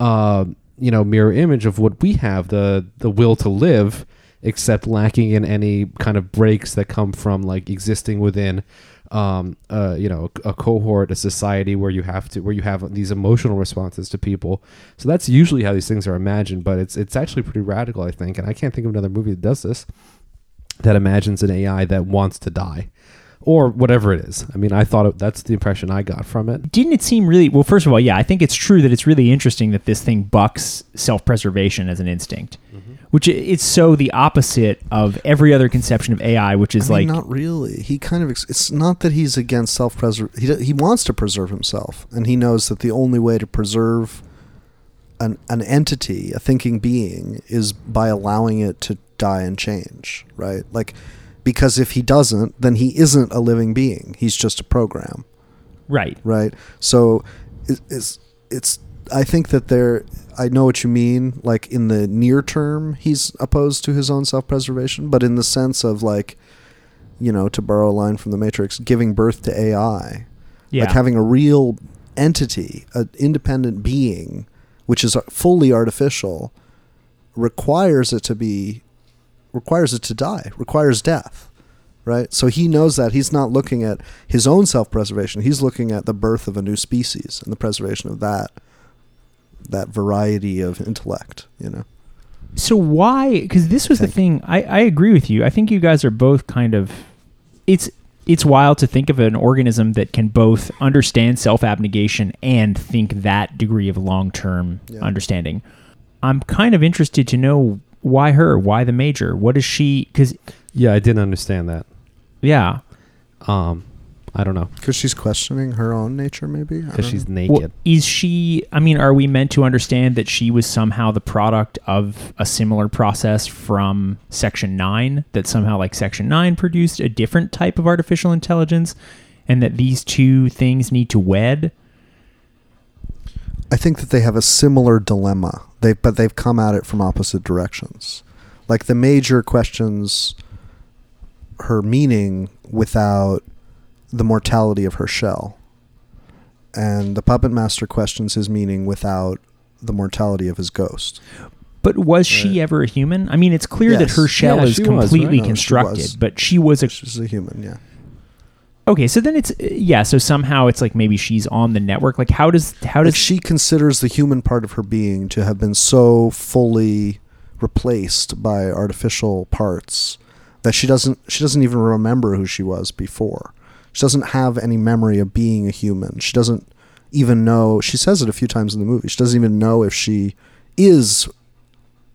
[SPEAKER 7] uh, you know mirror image of what we have the the will to live except lacking in any kind of breaks that come from like existing within um, uh, you know, a cohort, a society where you have to where you have these emotional responses to people. So that's usually how these things are imagined, but it's it's actually pretty radical, I think. And I can't think of another movie that does this that imagines an AI that wants to die. Or whatever it is. I mean, I thought it, that's the impression I got from it.
[SPEAKER 6] didn't it seem really well first of all yeah i think it's true that it's really interesting that this thing bucks self-preservation as an instinct which i- it's so the opposite of every other conception of ai which
[SPEAKER 5] I
[SPEAKER 6] is
[SPEAKER 5] mean,
[SPEAKER 6] like
[SPEAKER 5] not really. He kind of. Ex- it's not that he's against self preserve. He d- he wants to preserve himself, and he knows that the only way to preserve an an entity, a thinking being, is by allowing it to die and change. Right, like because if he doesn't, then he isn't a living being. He's just a program
[SPEAKER 6] right
[SPEAKER 5] right? So it- it's it's I think that there I know what you mean like in the near term he's opposed to his own self-preservation but in the sense of like you know to borrow a line from the matrix giving birth to AI
[SPEAKER 6] yeah
[SPEAKER 5] like having a real entity an independent being which is fully artificial requires it to be requires it to die requires death right so he knows that he's not looking at his own self-preservation he's looking at the birth of a new species and the preservation of that that variety of intellect you know
[SPEAKER 6] so why because this was the thing I, I agree with you i think you guys are both kind of it's it's wild to think of an organism that can both understand self-abnegation and think that degree of long-term
[SPEAKER 5] Yeah.
[SPEAKER 6] understanding i'm kind of interested to know why her why the major what is she because
[SPEAKER 7] Yeah, I didn't understand that.
[SPEAKER 6] yeah
[SPEAKER 7] Um, I don't know
[SPEAKER 5] because she's questioning her own nature maybe I
[SPEAKER 6] Uh-huh.
[SPEAKER 7] because
[SPEAKER 5] don't
[SPEAKER 7] she's
[SPEAKER 5] know.
[SPEAKER 7] naked.
[SPEAKER 6] well, is she i mean are we meant to understand that she was somehow the product of a similar process from section 9 that somehow like section 9 produced a different type of artificial intelligence and that these two things need to wed
[SPEAKER 5] I think that they have a similar dilemma. They but they've come at it from opposite directions. Like the major questions her meaning without the mortality of her shell. And the puppet master questions his meaning without the mortality of his ghost.
[SPEAKER 6] but was she ever a human i mean it's clear
[SPEAKER 5] Yes.
[SPEAKER 6] that her shell
[SPEAKER 7] Yeah,
[SPEAKER 6] is
[SPEAKER 7] she was, right?
[SPEAKER 6] completely
[SPEAKER 7] No, she was.
[SPEAKER 6] constructed but she was a
[SPEAKER 5] She's a human, yeah.
[SPEAKER 6] okay so then it's yeah so somehow it's like maybe she's on the network like how does how does
[SPEAKER 5] Like she considers the human part of her being to have been so fully replaced by artificial parts that she doesn't she doesn't even remember who she was before. She doesn't have any memory of being a human. She doesn't even know she says it a few times in the movie. She doesn't even know if she is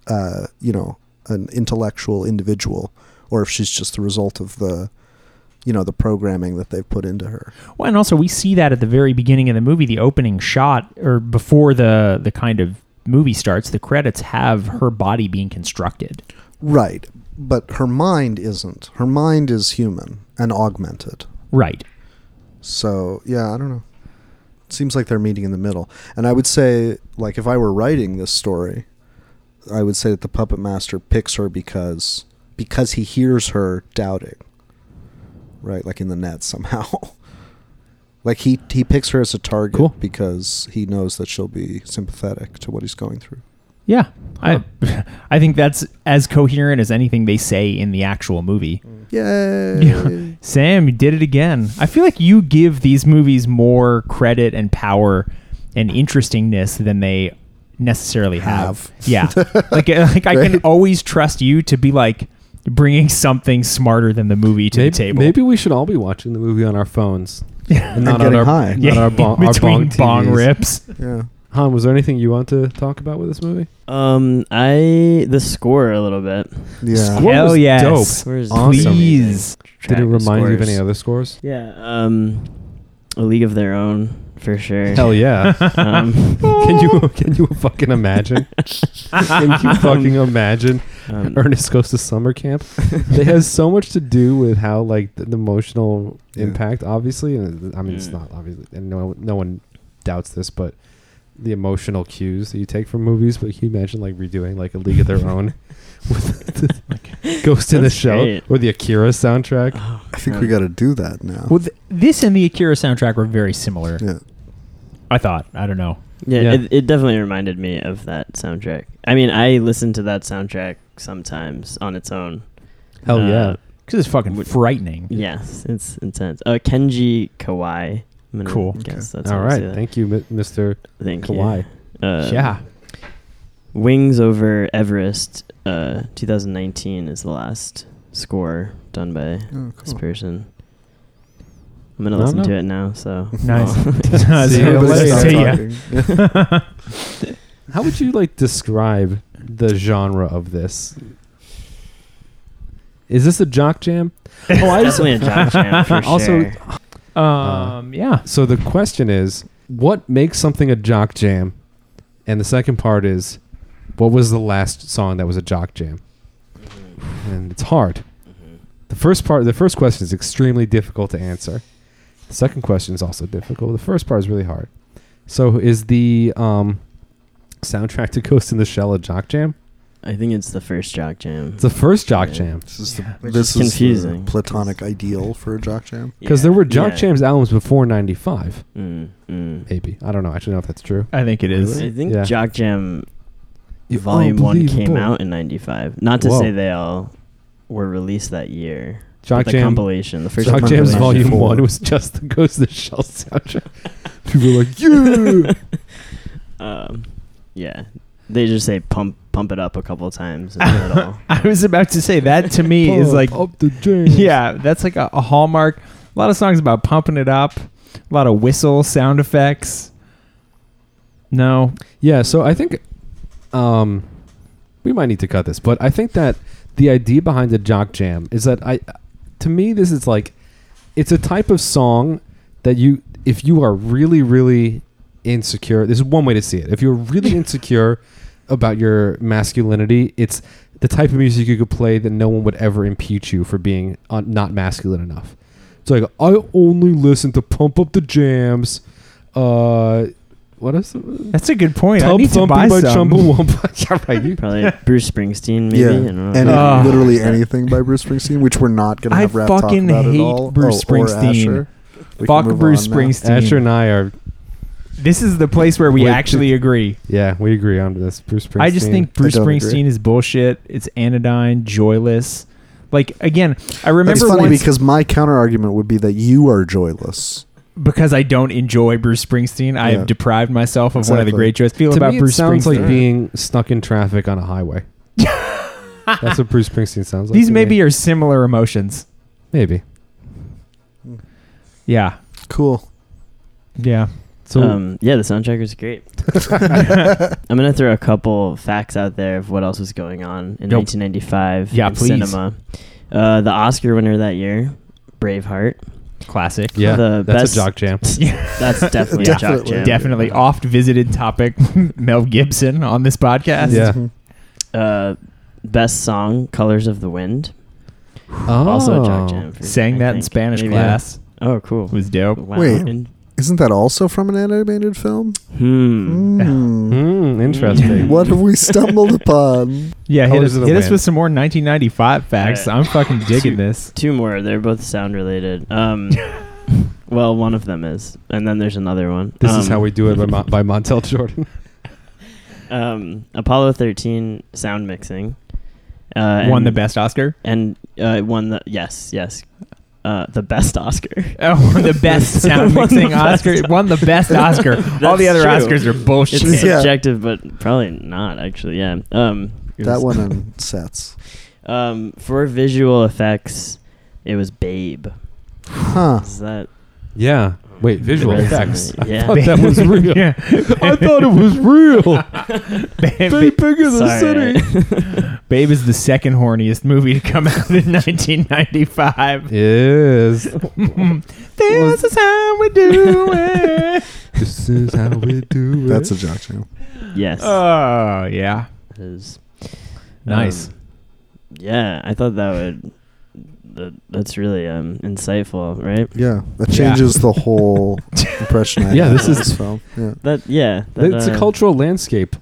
[SPEAKER 5] uh, you know, an intellectual individual or if she's just the result of the you know, the programming that they've put into her.
[SPEAKER 6] Well, and also we see that at the very beginning of the movie, the opening shot, or before the the kind of movie starts, the credits have her body being constructed.
[SPEAKER 5] Right. But her mind isn't. Her mind is human and augmented.
[SPEAKER 6] Right.
[SPEAKER 5] So, yeah, I don't know. It seems like they're meeting in the middle. And I would say, like, if I were writing this story, I would say that the puppet master picks her because because he hears her doubting. Right, like in the net somehow. like he he picks her as a target
[SPEAKER 7] Cool.
[SPEAKER 5] because he knows that she'll be sympathetic to what he's going through.
[SPEAKER 6] Yeah. I I think that's as coherent as anything they say in the actual movie.
[SPEAKER 5] Yay.
[SPEAKER 6] Yeah. Sam, you did it again. I feel like you give these movies more credit and power and interestingness than they necessarily have.
[SPEAKER 5] Have.
[SPEAKER 6] Yeah. like uh, like I can
[SPEAKER 5] Right?
[SPEAKER 6] always trust you to be like bringing something smarter than the movie to
[SPEAKER 7] maybe,
[SPEAKER 6] the table.
[SPEAKER 7] maybe we should all be watching the movie on our phones and not on
[SPEAKER 5] getting
[SPEAKER 7] our,
[SPEAKER 5] high.
[SPEAKER 7] not
[SPEAKER 5] Yeah,
[SPEAKER 7] our, bong, our
[SPEAKER 6] between
[SPEAKER 7] bong,
[SPEAKER 6] bong,
[SPEAKER 7] TVs.
[SPEAKER 6] rips.
[SPEAKER 5] Yeah.
[SPEAKER 7] Han, was there anything you want to talk about with this movie?
[SPEAKER 8] Um, I the score a little bit.
[SPEAKER 5] Yeah.
[SPEAKER 7] Squirt
[SPEAKER 6] Hell
[SPEAKER 7] was
[SPEAKER 6] yes.
[SPEAKER 7] dope.
[SPEAKER 8] Where's
[SPEAKER 7] Awesome.
[SPEAKER 6] Please.
[SPEAKER 7] Did it remind you of any other scores?
[SPEAKER 8] Yeah. Um, a league of their own for sure.
[SPEAKER 7] Hell yeah!
[SPEAKER 8] Um,
[SPEAKER 7] can you can you fucking imagine? can you fucking imagine?
[SPEAKER 8] um,
[SPEAKER 7] Ernest goes to summer camp. it has so much to do with how like the, the emotional
[SPEAKER 5] Yeah.
[SPEAKER 7] impact, obviously. And I mean, it's
[SPEAKER 8] Mm.
[SPEAKER 7] not obviously, and no no one doubts this, but the emotional cues that you take from movies. But can you imagine like redoing like a League of Their Own with the, Ghost in the
[SPEAKER 8] That's
[SPEAKER 7] Shell
[SPEAKER 8] great. Oh,
[SPEAKER 7] or the Akira soundtrack?
[SPEAKER 5] I think we got to do that now.
[SPEAKER 6] Well, th- this and the Akira soundtrack were very similar.
[SPEAKER 5] yeah.
[SPEAKER 6] I thought. I don't know.
[SPEAKER 8] Yeah,
[SPEAKER 7] Yeah.
[SPEAKER 8] It, it definitely reminded me of that soundtrack. I mean, I listen to that soundtrack sometimes on its own. Uh,
[SPEAKER 7] Hell yeah!
[SPEAKER 6] because Uh, it's fucking frightening.
[SPEAKER 8] Yes, it's intense. Uh, Kenji Kawai. I'm gonna
[SPEAKER 6] Cool.
[SPEAKER 8] Guess that's
[SPEAKER 7] All
[SPEAKER 8] how you say
[SPEAKER 7] right.
[SPEAKER 8] that.
[SPEAKER 7] Thank you, Mi- Mr.
[SPEAKER 8] Thank
[SPEAKER 7] Kawai.
[SPEAKER 8] you.
[SPEAKER 7] Um,
[SPEAKER 8] Uh,
[SPEAKER 6] yeah,
[SPEAKER 8] Wings over Everest, uh, 2019 is the last score done by
[SPEAKER 5] Oh,
[SPEAKER 8] this
[SPEAKER 5] cool.
[SPEAKER 8] person. I'm gonna
[SPEAKER 7] No,
[SPEAKER 8] listen
[SPEAKER 7] no.
[SPEAKER 8] to it now. So
[SPEAKER 6] nice.
[SPEAKER 5] See,
[SPEAKER 6] See,
[SPEAKER 5] everybody
[SPEAKER 6] let's
[SPEAKER 5] start
[SPEAKER 6] see ya.
[SPEAKER 5] talking. Yeah.
[SPEAKER 7] How would you like describe the genre of this? Is this a jock jam?
[SPEAKER 8] oh, I definitely a jock jam for
[SPEAKER 7] Also-
[SPEAKER 8] sure.
[SPEAKER 7] Uh,
[SPEAKER 6] Um, yeah,
[SPEAKER 7] So the question is, what makes something a jock jam? And the second part is, what was the last song that was a jock jam? And it's hard. The first part, the first question is extremely difficult to answer. The second question is also difficult. The first part is really hard. So is the um, soundtrack to Ghost in the Shell a jock jam?
[SPEAKER 8] I think it's the first jock jam.
[SPEAKER 7] It's the first jock
[SPEAKER 8] Yeah.
[SPEAKER 7] jam.
[SPEAKER 5] This is, the,
[SPEAKER 6] Yeah.
[SPEAKER 8] Which
[SPEAKER 5] this
[SPEAKER 8] is
[SPEAKER 5] is the
[SPEAKER 8] confusing.
[SPEAKER 5] platonic ideal for a jock jam.
[SPEAKER 7] Because there were jock
[SPEAKER 8] Yeah.
[SPEAKER 7] jams albums before 95,
[SPEAKER 8] Mm, mm.
[SPEAKER 7] maybe. I don't know. I actually know if that's true.
[SPEAKER 6] I think it is.
[SPEAKER 8] I think
[SPEAKER 7] Yeah.
[SPEAKER 8] Jock Jam Volume One came
[SPEAKER 7] Unbelievable.
[SPEAKER 8] out in '95. Not to
[SPEAKER 7] Whoa.
[SPEAKER 8] say they all were released that year.
[SPEAKER 7] Jock
[SPEAKER 8] but the
[SPEAKER 7] Jam
[SPEAKER 8] compilation, the first
[SPEAKER 7] Jock Jam's
[SPEAKER 8] compilation.
[SPEAKER 7] Volume
[SPEAKER 5] Four.
[SPEAKER 7] One was just the Ghost of the Shell soundtrack. People were like, "Yeah,
[SPEAKER 8] Um, yeah, they just say pump pump it up a couple of times. And then it'll-
[SPEAKER 6] I was about to say that to me is
[SPEAKER 7] pump
[SPEAKER 6] like,
[SPEAKER 7] up the jam."
[SPEAKER 6] yeah, that's like a, a hallmark. A lot of songs about pumping it up, a lot of whistle sound effects. No,
[SPEAKER 7] yeah." So I think, um, we might need to cut this, but I think that the idea behind the Jock Jam is that I, to me, this is like, it's a type of song that you, if you are really, really insecure, this is one way to see it. If you're really insecure about your masculinity, it's the type of music you could play that no one would ever impute you for being uh, not masculine enough. It's like I only listen to pump up the jams. Uh, what is it?
[SPEAKER 6] that's a good point. I
[SPEAKER 7] Tub
[SPEAKER 6] need to
[SPEAKER 7] thumping
[SPEAKER 6] buy
[SPEAKER 7] by
[SPEAKER 6] some.
[SPEAKER 7] Chumbawamba. yeah, right. You-
[SPEAKER 8] probably Bruce Springsteen, maybe. I
[SPEAKER 5] yeah,
[SPEAKER 8] don't know.
[SPEAKER 5] and
[SPEAKER 7] Uh,
[SPEAKER 6] Ah.
[SPEAKER 5] literally anything by Bruce Springsteen, which we're not gonna
[SPEAKER 6] I
[SPEAKER 5] have rap talk
[SPEAKER 6] fucking
[SPEAKER 5] about
[SPEAKER 6] hate
[SPEAKER 5] at all. Oh,
[SPEAKER 6] Bruce
[SPEAKER 5] or
[SPEAKER 6] Springsteen.
[SPEAKER 5] Asher. We can
[SPEAKER 6] Fuck
[SPEAKER 5] move
[SPEAKER 6] Bruce
[SPEAKER 5] on now.
[SPEAKER 6] Springsteen.
[SPEAKER 7] Asher and I are.
[SPEAKER 6] This is the place where we
[SPEAKER 7] Wait,
[SPEAKER 6] actually agree.
[SPEAKER 7] Yeah, we agree on this. Bruce Springsteen.
[SPEAKER 6] I just think Bruce
[SPEAKER 5] don't agree.
[SPEAKER 6] Springsteen is bullshit. It's anodyne, joyless. Like again, I
[SPEAKER 5] It's
[SPEAKER 6] remember
[SPEAKER 5] funny
[SPEAKER 6] once-
[SPEAKER 5] because my counter argument would be that you are joyless.
[SPEAKER 6] because I don't enjoy Bruce Springsteen, I
[SPEAKER 5] Yeah.
[SPEAKER 6] have deprived myself of one of the
[SPEAKER 5] Exactly.
[SPEAKER 6] great joys. Feel
[SPEAKER 7] to
[SPEAKER 6] about
[SPEAKER 7] me,
[SPEAKER 6] Bruce
[SPEAKER 7] it sounds
[SPEAKER 6] Springsteen.
[SPEAKER 7] like being stuck in traffic on a highway. That's what Bruce Springsteen sounds like.
[SPEAKER 6] These
[SPEAKER 7] to
[SPEAKER 6] maybe
[SPEAKER 7] me.
[SPEAKER 6] are similar emotions.
[SPEAKER 7] maybe.
[SPEAKER 6] Yeah,
[SPEAKER 5] Cool.
[SPEAKER 6] yeah.
[SPEAKER 7] So
[SPEAKER 8] um, yeah, the soundtrack was great. I'm gonna throw a couple facts out there of what else was going on in
[SPEAKER 6] Go.
[SPEAKER 8] 1995
[SPEAKER 6] Yeah,
[SPEAKER 8] in
[SPEAKER 6] please.
[SPEAKER 8] cinema. Uh, the Oscar winner that year, Braveheart.
[SPEAKER 6] Classic.
[SPEAKER 7] yeah,
[SPEAKER 8] the
[SPEAKER 7] that's
[SPEAKER 8] best-
[SPEAKER 7] a jock jam.
[SPEAKER 8] That's definitely a jock
[SPEAKER 5] Definitely.
[SPEAKER 8] jam.
[SPEAKER 6] Definitely oft visited topic Mel Gibson on this podcast.
[SPEAKER 7] Yeah.
[SPEAKER 5] Mm-hmm.
[SPEAKER 8] Uh, best song, "Colors of the Wind."
[SPEAKER 7] Oh.
[SPEAKER 8] Also a jock jam. For,
[SPEAKER 6] Sang
[SPEAKER 8] I
[SPEAKER 6] that in
[SPEAKER 8] think.
[SPEAKER 6] Spanish
[SPEAKER 8] Maybe.
[SPEAKER 6] class
[SPEAKER 8] Oh, cool.
[SPEAKER 6] was dope.
[SPEAKER 8] Wow.
[SPEAKER 5] Wait.
[SPEAKER 8] And-
[SPEAKER 5] Isn't that also from an animated film?
[SPEAKER 8] hmm.
[SPEAKER 5] Hmm.
[SPEAKER 7] Mm, interesting.
[SPEAKER 5] What have we stumbled upon?
[SPEAKER 6] Yeah, hit,
[SPEAKER 7] Colours
[SPEAKER 6] us,
[SPEAKER 7] of the
[SPEAKER 6] hit us
[SPEAKER 7] Wind.
[SPEAKER 6] with some more 1995 facts.
[SPEAKER 8] Alright.
[SPEAKER 6] I'm fucking digging this.
[SPEAKER 8] Two more. They're both sound related. Um, well, one of them is, and then there's another one.
[SPEAKER 7] This is
[SPEAKER 8] Um,
[SPEAKER 7] how we do it by, Mon- by Montel Jordan.
[SPEAKER 8] Um, Apollo 13 sound mixing. Uh,
[SPEAKER 6] Won
[SPEAKER 8] and-
[SPEAKER 6] the best Oscar.
[SPEAKER 8] and uh, it won the yes, yes, uh, the best Oscar.
[SPEAKER 6] Oh, the best sound
[SPEAKER 8] Won the
[SPEAKER 6] mixing
[SPEAKER 8] best
[SPEAKER 6] Oscar. Won the best Oscar. All the
[SPEAKER 8] That's
[SPEAKER 6] other
[SPEAKER 8] true.
[SPEAKER 6] Oscars are bullshit.
[SPEAKER 8] It's
[SPEAKER 5] Yeah.
[SPEAKER 8] subjective, but probably not actually. Yeah. Um,
[SPEAKER 5] That one in sets.
[SPEAKER 8] um, for visual effects, it was Babe.
[SPEAKER 5] Huh.
[SPEAKER 8] Is that
[SPEAKER 7] Yeah. Wait, visual
[SPEAKER 8] Right.
[SPEAKER 7] effects.
[SPEAKER 8] Yeah.
[SPEAKER 7] I thought that was real.
[SPEAKER 6] Yeah.
[SPEAKER 7] I thought it was real. They bigger than the
[SPEAKER 8] Sorry.
[SPEAKER 7] city.
[SPEAKER 6] Babe is the second horniest movie to come out in 1995.
[SPEAKER 7] Is
[SPEAKER 6] this is how we do it.
[SPEAKER 7] this is how we do it?
[SPEAKER 5] That's a jock jam.
[SPEAKER 8] yes?
[SPEAKER 7] Uh,
[SPEAKER 6] Oh yeah,
[SPEAKER 8] it is.
[SPEAKER 6] nice.
[SPEAKER 8] Um, yeah, I thought that would. That, that's really um, insightful, right?
[SPEAKER 5] Yeah. That
[SPEAKER 6] Yeah.
[SPEAKER 5] changes the whole impression. I
[SPEAKER 7] Yeah,
[SPEAKER 5] had
[SPEAKER 7] this
[SPEAKER 5] of
[SPEAKER 7] is-
[SPEAKER 5] this film. Yeah.
[SPEAKER 8] That yeah, that,
[SPEAKER 7] it's
[SPEAKER 8] uh,
[SPEAKER 7] a cultural landscape.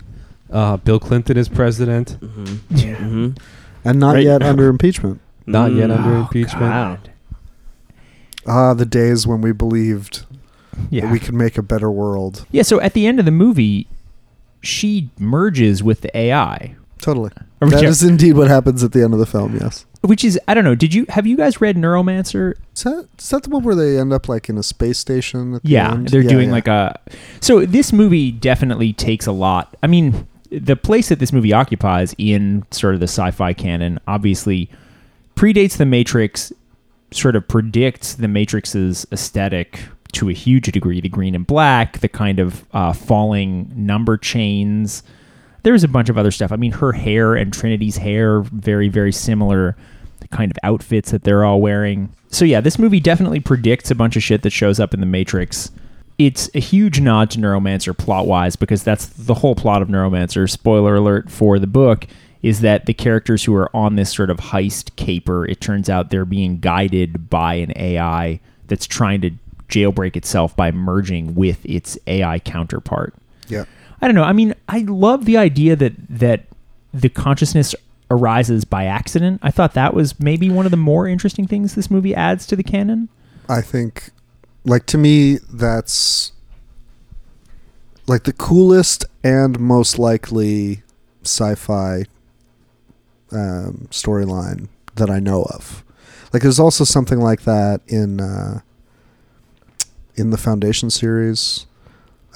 [SPEAKER 7] Uh, Bill Clinton is president.
[SPEAKER 8] mhm,
[SPEAKER 6] Yeah.
[SPEAKER 8] mhm.
[SPEAKER 5] And not
[SPEAKER 8] Right.
[SPEAKER 5] yet under impeachment.
[SPEAKER 7] Not yet
[SPEAKER 8] Mm.
[SPEAKER 7] under
[SPEAKER 6] Oh,
[SPEAKER 7] impeachment.
[SPEAKER 8] Wow.
[SPEAKER 5] Ah, the days when we believed that
[SPEAKER 6] Yeah,
[SPEAKER 5] we could make a better world.
[SPEAKER 6] yeah. So at the end of the movie, she merges with the AI.
[SPEAKER 5] Totally.
[SPEAKER 6] Or-
[SPEAKER 5] That is indeed what happens at the end of the film, yes.
[SPEAKER 6] which is I don't know. Did you have you guys read Neuromancer?
[SPEAKER 5] Is that, is that the one where they end up like in a space station? At the
[SPEAKER 6] Yeah,
[SPEAKER 5] end?
[SPEAKER 6] they're doing
[SPEAKER 5] yeah.
[SPEAKER 6] like a. So this movie definitely takes a lot. I mean, the place that this movie occupies in sort of the sci-fi canon obviously predates the Matrix, sort of predicts the Matrix's aesthetic to a huge degree. The green and black, the kind of uh, falling number chains. There's a bunch of other stuff. I mean, her hair and Trinity's hair very very similar. The kind of outfits that they're all wearing. So yeah, this movie definitely predicts a bunch of shit that shows up in the Matrix. It's a huge nod to Neuromancer plot wise because that's the whole plot of Neuromancer. Spoiler alert for the book is that the characters who are on this sort of heist caper, it turns out they're being guided by an AI that's trying to jailbreak itself by merging with its AI counterpart.
[SPEAKER 5] Yeah.
[SPEAKER 6] I don't know. I mean, I love the idea that that the consciousness arises by accident. I thought that was maybe one of the more interesting things this movie adds to the canon.
[SPEAKER 5] I think, like to me, that's like the coolest and most likely sci-fi um, storyline that I know of. Like, there's also something like that in uh, in the Foundation series.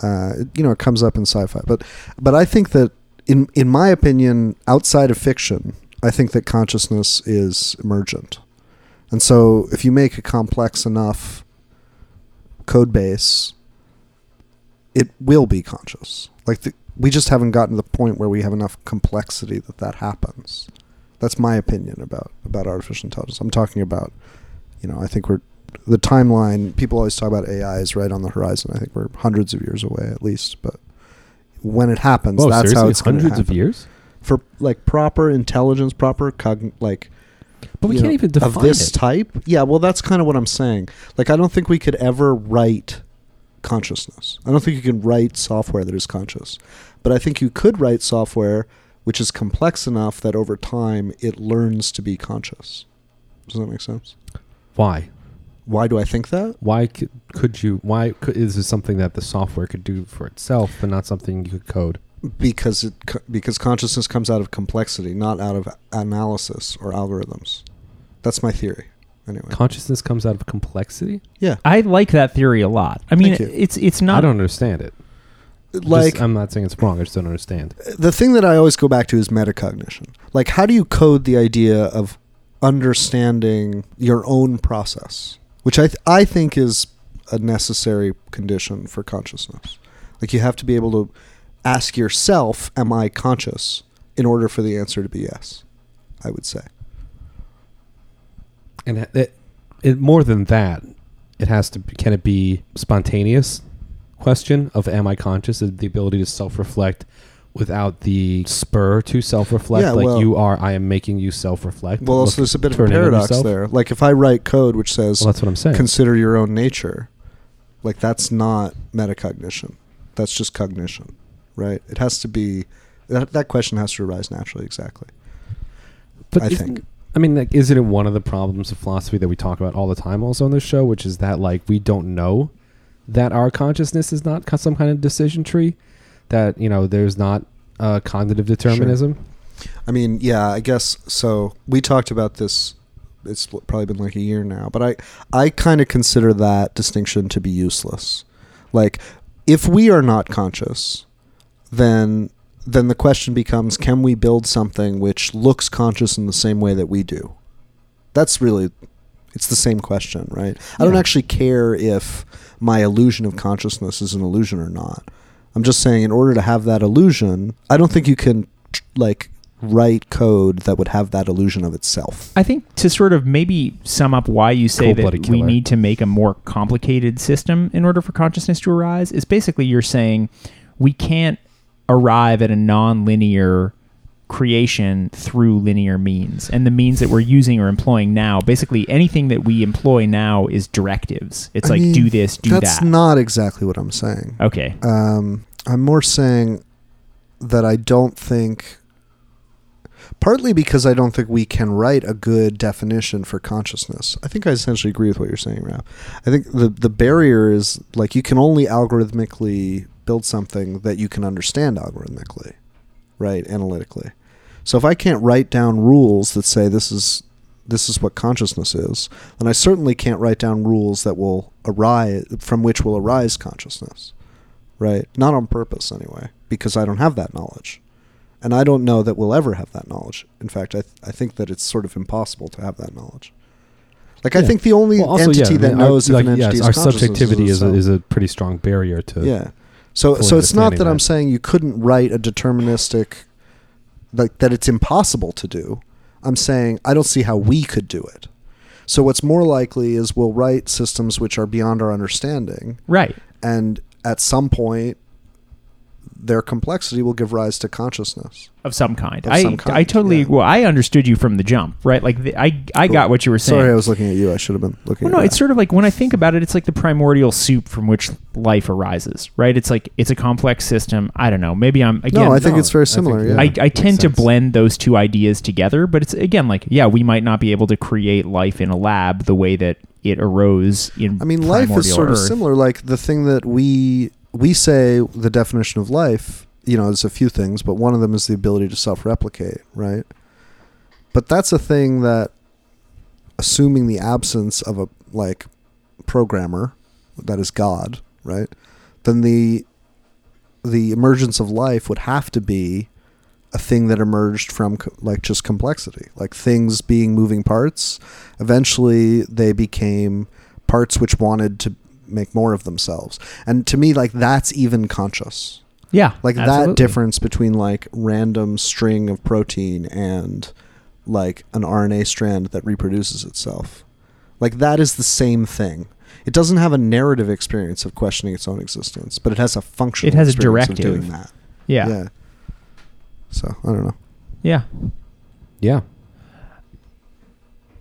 [SPEAKER 5] Uh, it- you know, it comes up in sci-fi, but but I think that in in my opinion, outside of fiction, I think that consciousness is emergent. And so if you make a complex enough code base, it will be conscious. Like the, we just haven't gotten to the point where we have enough complexity that that happens. That's my opinion about about artificial intelligence. I'm talking about, you know, I think we're the timeline. People always talk about AI is right on the horizon. I think we're hundreds of years away at least. But when it happens,
[SPEAKER 7] Whoa,
[SPEAKER 5] that's how
[SPEAKER 7] seriously?
[SPEAKER 5] it's gonna
[SPEAKER 7] hundreds of
[SPEAKER 5] happen.
[SPEAKER 7] years.
[SPEAKER 5] for like proper intelligence, proper cogn- like
[SPEAKER 7] But we
[SPEAKER 5] you
[SPEAKER 7] can't
[SPEAKER 5] know,
[SPEAKER 7] even define
[SPEAKER 5] of this
[SPEAKER 7] it.
[SPEAKER 5] type. Yeah, well, that's kind of what I'm saying. Like, I don't think we could ever write consciousness. I don't think you can write software that is conscious, but I think you could write software which is complex enough that over time it learns to be conscious. Does that make sense?
[SPEAKER 7] Why?
[SPEAKER 5] Why do I think that?
[SPEAKER 7] Why could, could you? Why could, is this something that the software could do for itself, but not something you could code?
[SPEAKER 5] Because it co- because consciousness comes out of complexity, not out of analysis or algorithms. That's my theory. Anyway,
[SPEAKER 7] Consciousness comes out of complexity.
[SPEAKER 5] yeah,
[SPEAKER 6] I like that theory a lot. I mean,
[SPEAKER 5] Thank you.
[SPEAKER 6] it's it's not
[SPEAKER 7] I don't understand it. Just-
[SPEAKER 5] like
[SPEAKER 7] I'm not saying it's wrong. I just don't understand.
[SPEAKER 5] the thing that I always go back to is metacognition. Like, how do you code the idea of understanding your own process, which I th- I think is a necessary condition for consciousness. Like, you have to be able to ask yourself, "Am I conscious?" in order for the answer to be yes. I would say.
[SPEAKER 7] And it, it, it more than that, it has to. be- Can it be spontaneous? Question of am I conscious? Is the ability to self reflect without the spur to self reflect?
[SPEAKER 5] Yeah,
[SPEAKER 7] like
[SPEAKER 5] well-
[SPEAKER 7] you are, I am making you self reflect.
[SPEAKER 5] Well, also there's a bit of a paradox there. Like, if I write code which says
[SPEAKER 7] Well, that's what I'm saying.
[SPEAKER 5] "consider your own nature," like that's not metacognition. That's just cognition, right? It has to be that that question has to arise naturally. Exactly.
[SPEAKER 7] But
[SPEAKER 5] I
[SPEAKER 7] isn't-
[SPEAKER 5] think.
[SPEAKER 7] I mean, like, isn't it one of the problems of philosophy that we talk about all the time, also on this show, which is that like we don't know that our consciousness is not co- some kind of decision tree, that you know there's not uh, cognitive determinism.
[SPEAKER 5] I mean, yeah, I guess so. We talked about this. It's probably been like a year now, but I I kind of consider that distinction to be useless. Like, if we are not conscious, then then the question becomes: Can we build something which looks conscious in the same way that we do? That's really it's the same question, right? I don't actually care if my illusion of consciousness is an illusion or not. I'm just saying, in order to have that illusion, I don't think you can tr- like write code that would have that illusion of itself.
[SPEAKER 6] I think to sort of maybe sum up why you say that
[SPEAKER 7] Cold-blooded
[SPEAKER 6] we
[SPEAKER 7] killer.
[SPEAKER 6] need to make a more complicated system in order for consciousness to arise is basically you're saying we can't arrive at a non-linear creation through linear means and the means that we're using or employing now basically anything that we employ now is directives it's like do this do
[SPEAKER 5] that's
[SPEAKER 6] that
[SPEAKER 5] not exactly what I'm saying.
[SPEAKER 6] okay
[SPEAKER 5] Um, I'm more saying that I don't think, partly because I don't think we can write a good definition for consciousness. I think I essentially agree with what you're saying, Ralph. I think the the barrier is like you can only algorithmically build something that you can understand algorithmically, right? Analytically. So if I can't write down rules that say this is this is what consciousness is, and I certainly can't write down rules that will arise from which will arise consciousness, right? Not on purpose anyway, because I don't have that knowledge, and I don't know that we'll ever have that knowledge. In fact, I th- I think that it's sort of impossible to have that knowledge. Like I
[SPEAKER 7] Yeah.
[SPEAKER 5] think the only
[SPEAKER 7] Well, also,
[SPEAKER 5] entity
[SPEAKER 7] yeah, I
[SPEAKER 5] that
[SPEAKER 7] mean, our-
[SPEAKER 5] knows
[SPEAKER 7] like,
[SPEAKER 5] if an
[SPEAKER 7] yes,
[SPEAKER 5] entity
[SPEAKER 7] our
[SPEAKER 5] is consciousness
[SPEAKER 7] subjectivity is a,
[SPEAKER 5] itself.
[SPEAKER 7] is a pretty strong barrier to
[SPEAKER 5] Yeah. So
[SPEAKER 7] fully
[SPEAKER 5] so it's not that
[SPEAKER 7] understanding
[SPEAKER 5] I'm
[SPEAKER 7] that.
[SPEAKER 5] saying you couldn't write a deterministic like that it's impossible to do. I'm saying I don't see how we could do it. So what's more likely is we'll write systems which are beyond our understanding
[SPEAKER 6] Right.
[SPEAKER 5] and at some point their complexity will give rise to consciousness.
[SPEAKER 6] Of some kind.
[SPEAKER 5] Of
[SPEAKER 6] I,
[SPEAKER 5] some kind,
[SPEAKER 6] I totally,
[SPEAKER 5] yeah.
[SPEAKER 6] well, I understood you from the jump, right? Like, the, I, I got what you were saying.
[SPEAKER 5] Sorry, I was looking at you. I should have been looking
[SPEAKER 6] Well,
[SPEAKER 5] at
[SPEAKER 6] no,
[SPEAKER 5] you.
[SPEAKER 6] it's sort of like when I think about it, it's like the primordial soup from which life arises, right? It's like it's a complex system. I don't know. Maybe I'm again.
[SPEAKER 5] No, I think
[SPEAKER 7] no,
[SPEAKER 5] it's very
[SPEAKER 7] I think
[SPEAKER 5] similar.
[SPEAKER 7] you're
[SPEAKER 5] yeah.
[SPEAKER 6] I,
[SPEAKER 7] right.
[SPEAKER 6] I tend to
[SPEAKER 7] sense.
[SPEAKER 6] blend those two ideas together, but it's again like yeah, we might not be able to create life in a lab the way that it arose in.
[SPEAKER 5] I mean, life is
[SPEAKER 6] Mm-hmm. primordial
[SPEAKER 5] sort of
[SPEAKER 6] Earth.
[SPEAKER 5] similar. Like the thing that we we say the definition of life, you know, is a few things, but one of them is the ability to self-replicate, right? But that's a thing that, assuming the absence of a like programmer, that is God, right? Then the the emergence of life would have to be a thing that emerged from co- like just complexity, like things being moving parts. Eventually, they became parts which wanted to make more of themselves. And to me, like that's even conscious.
[SPEAKER 6] Yeah,
[SPEAKER 5] Like
[SPEAKER 6] absolutely.
[SPEAKER 5] that difference between like random string of protein and like an RNA strand that reproduces itself. Like that is the same thing. It doesn't have a narrative experience of questioning its own existence, but it has a functional.
[SPEAKER 6] It has a
[SPEAKER 5] experience of
[SPEAKER 6] directive.
[SPEAKER 5] doing that.
[SPEAKER 6] Yeah, yeah.
[SPEAKER 5] yeah. So I don't know.
[SPEAKER 7] yeah